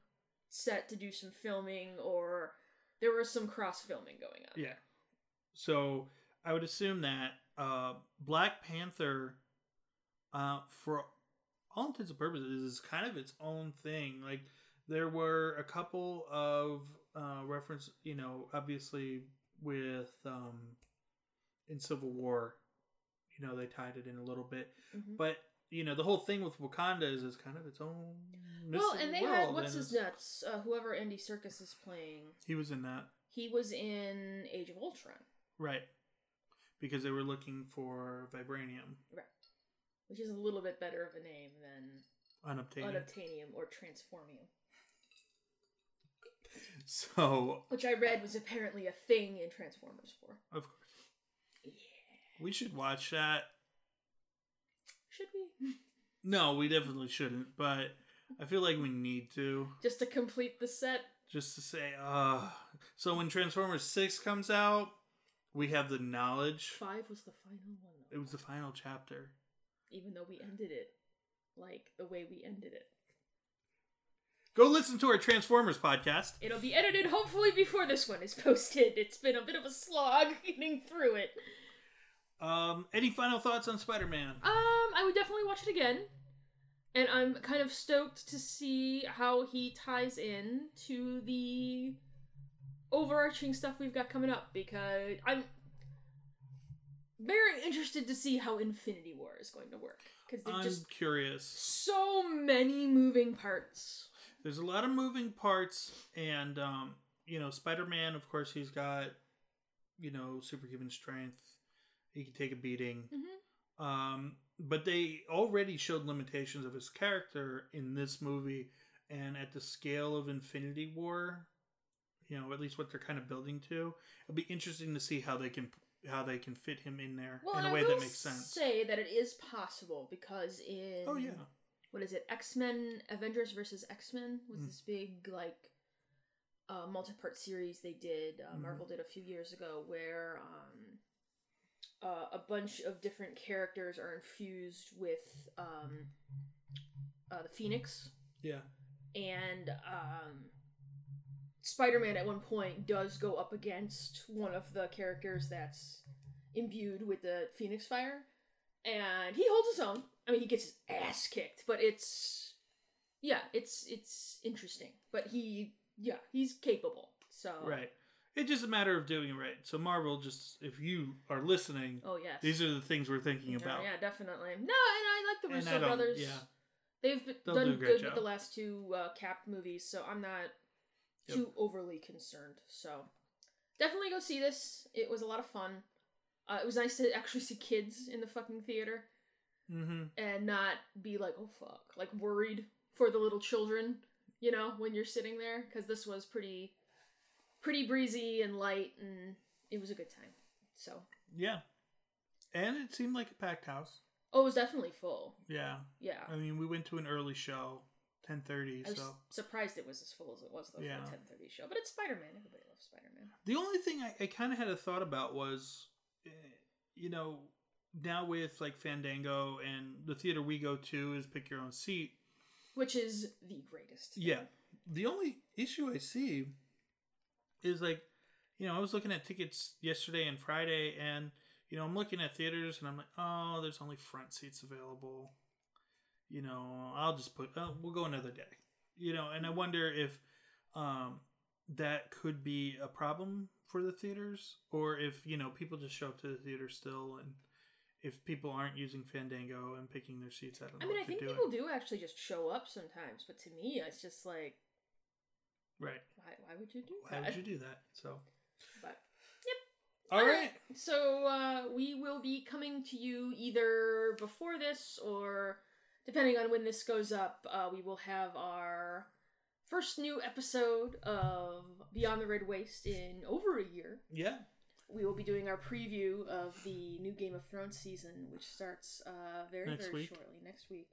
Speaker 1: set to do some filming or there was some cross filming going on.
Speaker 2: yeah. So I would assume that uh, Black Panther, uh, for all intents and purposes, is kind of its own thing. Like there were a couple of uh, reference, you know, obviously with um, in Civil War, you know, they tied it in a little bit.
Speaker 1: Mhm.
Speaker 2: But you know, the whole thing with Wakanda is it's kind of its own.
Speaker 1: Well,
Speaker 2: mystic
Speaker 1: and they
Speaker 2: world,
Speaker 1: had what's
Speaker 2: and
Speaker 1: his
Speaker 2: it's-
Speaker 1: nuts, uh, whoever Andy Circus is playing.
Speaker 2: He was in that,
Speaker 1: He was in Age of Ultron,
Speaker 2: right? Because they were looking for vibranium,
Speaker 1: which is a little bit better of a name than
Speaker 2: unobtainable.
Speaker 1: unobtainium or transformium,
Speaker 2: so,
Speaker 1: which I read was apparently a thing in Transformers 4.
Speaker 2: of course, we should watch that.
Speaker 1: Should we?
Speaker 2: No, we definitely shouldn't, but I feel like we need to
Speaker 1: Just to complete the set.
Speaker 2: just to say, uh. So when Transformers Six comes out, we have the knowledge.
Speaker 1: 5 was the final one,
Speaker 2: It
Speaker 1: though,
Speaker 2: was the final chapter.
Speaker 1: even though we ended it like the way we ended it.
Speaker 2: Go listen to our Transformers podcast.
Speaker 1: It'll be edited hopefully before this one is posted. It's been a bit of a slog <laughs> getting through it.
Speaker 2: Um, any final thoughts on Spider Man?
Speaker 1: Um, I would definitely watch it again. And I'm kind of stoked to see how he ties in to the overarching stuff we've got coming up because I'm very interested to see how Infinity War is going to work because
Speaker 2: I'm
Speaker 1: there's just
Speaker 2: curious.
Speaker 1: so many moving parts.
Speaker 2: There's a lot of moving parts, and um, you know, Spider-Man. Of course, he's got you know superhuman strength. He can take a beating.
Speaker 1: Mm-hmm.
Speaker 2: Um, but they already showed limitations of his character in this movie, and at the scale of Infinity War, you know, at least what they're kind of building to, it'll be interesting to see how they can how they can fit him in there
Speaker 1: Well,
Speaker 2: in
Speaker 1: and
Speaker 2: a
Speaker 1: I
Speaker 2: way
Speaker 1: will
Speaker 2: that makes sense.
Speaker 1: say that it is possible because in
Speaker 2: oh yeah,
Speaker 1: what is it X Men Avengers versus X Men was
Speaker 2: Mm.
Speaker 1: this big like uh, multi part series they did uh,
Speaker 2: Mhm.
Speaker 1: Marvel did a few years ago where um, uh, a bunch of different characters are infused with um, uh, the Phoenix
Speaker 2: yeah.
Speaker 1: and um, Spider Man at one point does go up against one of the characters that's imbued with the Phoenix Fire, and he holds his own. I mean, he gets his ass kicked, but it's yeah, it's it's interesting. But he yeah, he's capable. So
Speaker 2: Right. It's just a matter of doing it right. So Marvel, just if you are listening,
Speaker 1: oh yes,
Speaker 2: these are the things we're thinking
Speaker 1: Oh,
Speaker 2: about.
Speaker 1: yeah, definitely. No, and I like the
Speaker 2: And I
Speaker 1: Russo
Speaker 2: don't-
Speaker 1: brothers.
Speaker 2: yeah.
Speaker 1: They've been,
Speaker 2: They'll
Speaker 1: done
Speaker 2: do a great
Speaker 1: good
Speaker 2: job.
Speaker 1: with the last two uh, Cap movies, so I'm not
Speaker 2: Yep.
Speaker 1: too overly concerned. So definitely go see this. It was a lot of fun. Uh, it was nice to actually see kids in the fucking theater
Speaker 2: Mm-hmm.
Speaker 1: and not be like, oh fuck, like worried for the little children, you know, when you're sitting there, because this was pretty, pretty breezy and light, and it was a good time. So
Speaker 2: Yeah. And it seemed like a packed house.
Speaker 1: oh, it was definitely full.
Speaker 2: Yeah.
Speaker 1: Yeah.
Speaker 2: I mean, we went to an early show, ten thirty.
Speaker 1: I was
Speaker 2: So
Speaker 1: surprised it was as full as it was though
Speaker 2: Yeah.
Speaker 1: for the ten thirty show. But it's Spider Man. Everybody loves Spider Man.
Speaker 2: the only thing I, I kind of had a thought about was, eh, you know, now with like Fandango and the theater we go to is pick your own seat.
Speaker 1: Which is the greatest.
Speaker 2: Yeah. The only issue I see is like, you know, I was looking at tickets yesterday and Friday, and you know, I'm looking at theaters, and I'm like, oh, there's only front seats available. You know, I'll just put. Oh, we'll go another day. You know, and I wonder if um, that could be a problem for the theaters, or if you know people just show up to the theater still, and if people aren't using Fandango and picking their seats, I don't know.
Speaker 1: I mean, I
Speaker 2: what to
Speaker 1: think
Speaker 2: do.
Speaker 1: people do actually just show up sometimes, but to me, it's just like,
Speaker 2: right.
Speaker 1: why, why would you do
Speaker 2: Why
Speaker 1: that?
Speaker 2: would you do that? So.
Speaker 1: But
Speaker 2: All right.
Speaker 1: So uh, we will be coming to you either before this or depending on when this goes up, uh, we will have our first new episode of Beyond the Red Waste in over a year.
Speaker 2: Yeah.
Speaker 1: we will be doing our preview of the new Game of Thrones season, which starts uh, very,
Speaker 2: Next
Speaker 1: very
Speaker 2: week.
Speaker 1: shortly next week.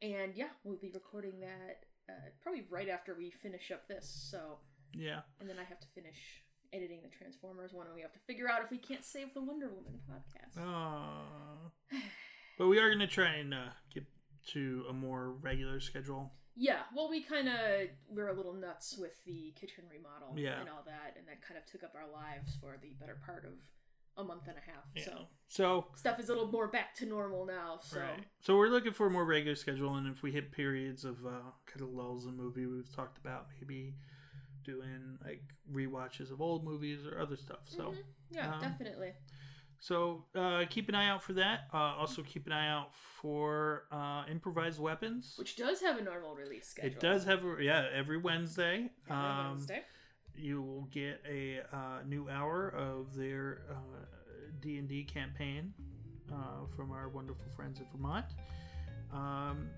Speaker 1: And yeah, we'll be recording that uh, probably right after we finish up this. So,
Speaker 2: Yeah.
Speaker 1: and then I have to finish editing the Transformers one, and we have to figure out if we can't save the Wonder Woman
Speaker 2: Oh.
Speaker 1: podcast.
Speaker 2: Uh, but we are going to try and uh, get to a more regular schedule.
Speaker 1: Yeah, well, we kind of we're a little nuts with the kitchen remodel
Speaker 2: Yeah.
Speaker 1: and all that, and that kind of took up our lives for the better part of a month and a half. So
Speaker 2: So,
Speaker 1: stuff is a little more back to normal now. So.
Speaker 2: right. so we're looking for a more regular schedule, and if we hit periods of uh, kind of lulls in movie, we've talked about maybe doing like rewatches of old movies or other stuff. So.
Speaker 1: Mhm. Yeah,
Speaker 2: um,
Speaker 1: definitely.
Speaker 2: So uh, keep an eye out for that. Uh, also keep an eye out for uh, improvised weapons.
Speaker 1: Which does have a normal release schedule.
Speaker 2: it does have a, yeah every Wednesday.
Speaker 1: Every
Speaker 2: um,
Speaker 1: Wednesday.
Speaker 2: you will get a uh, new hour of their uh, d&d campaign uh, from our wonderful friends in vermont um,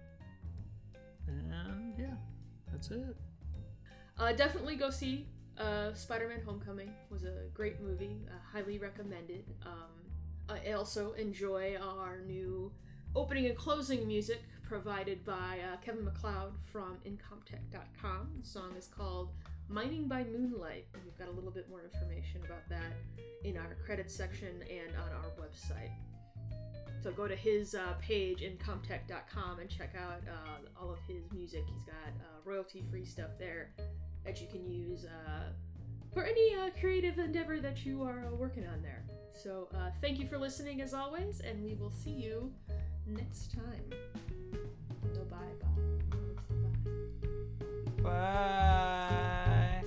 Speaker 2: and yeah that's it
Speaker 1: Uh, definitely go see uh, Spider-Man: Homecoming. Was a great movie. Uh, highly recommended. Um, I also enjoy our new opening and closing music provided by uh, Kevin McLeod from Incomtech.com. The song is called "Mining by Moonlight." and We've got a little bit more information about that in our credits section and on our website. So go to his uh, page in comtech.com and check out uh, all of his music. He's got uh, royalty-free stuff there that you can use uh, for any uh, creative endeavor that you are uh, working on there. So uh, thank you for listening as always, and we will see you next time. So bye, bye. Bye.
Speaker 2: bye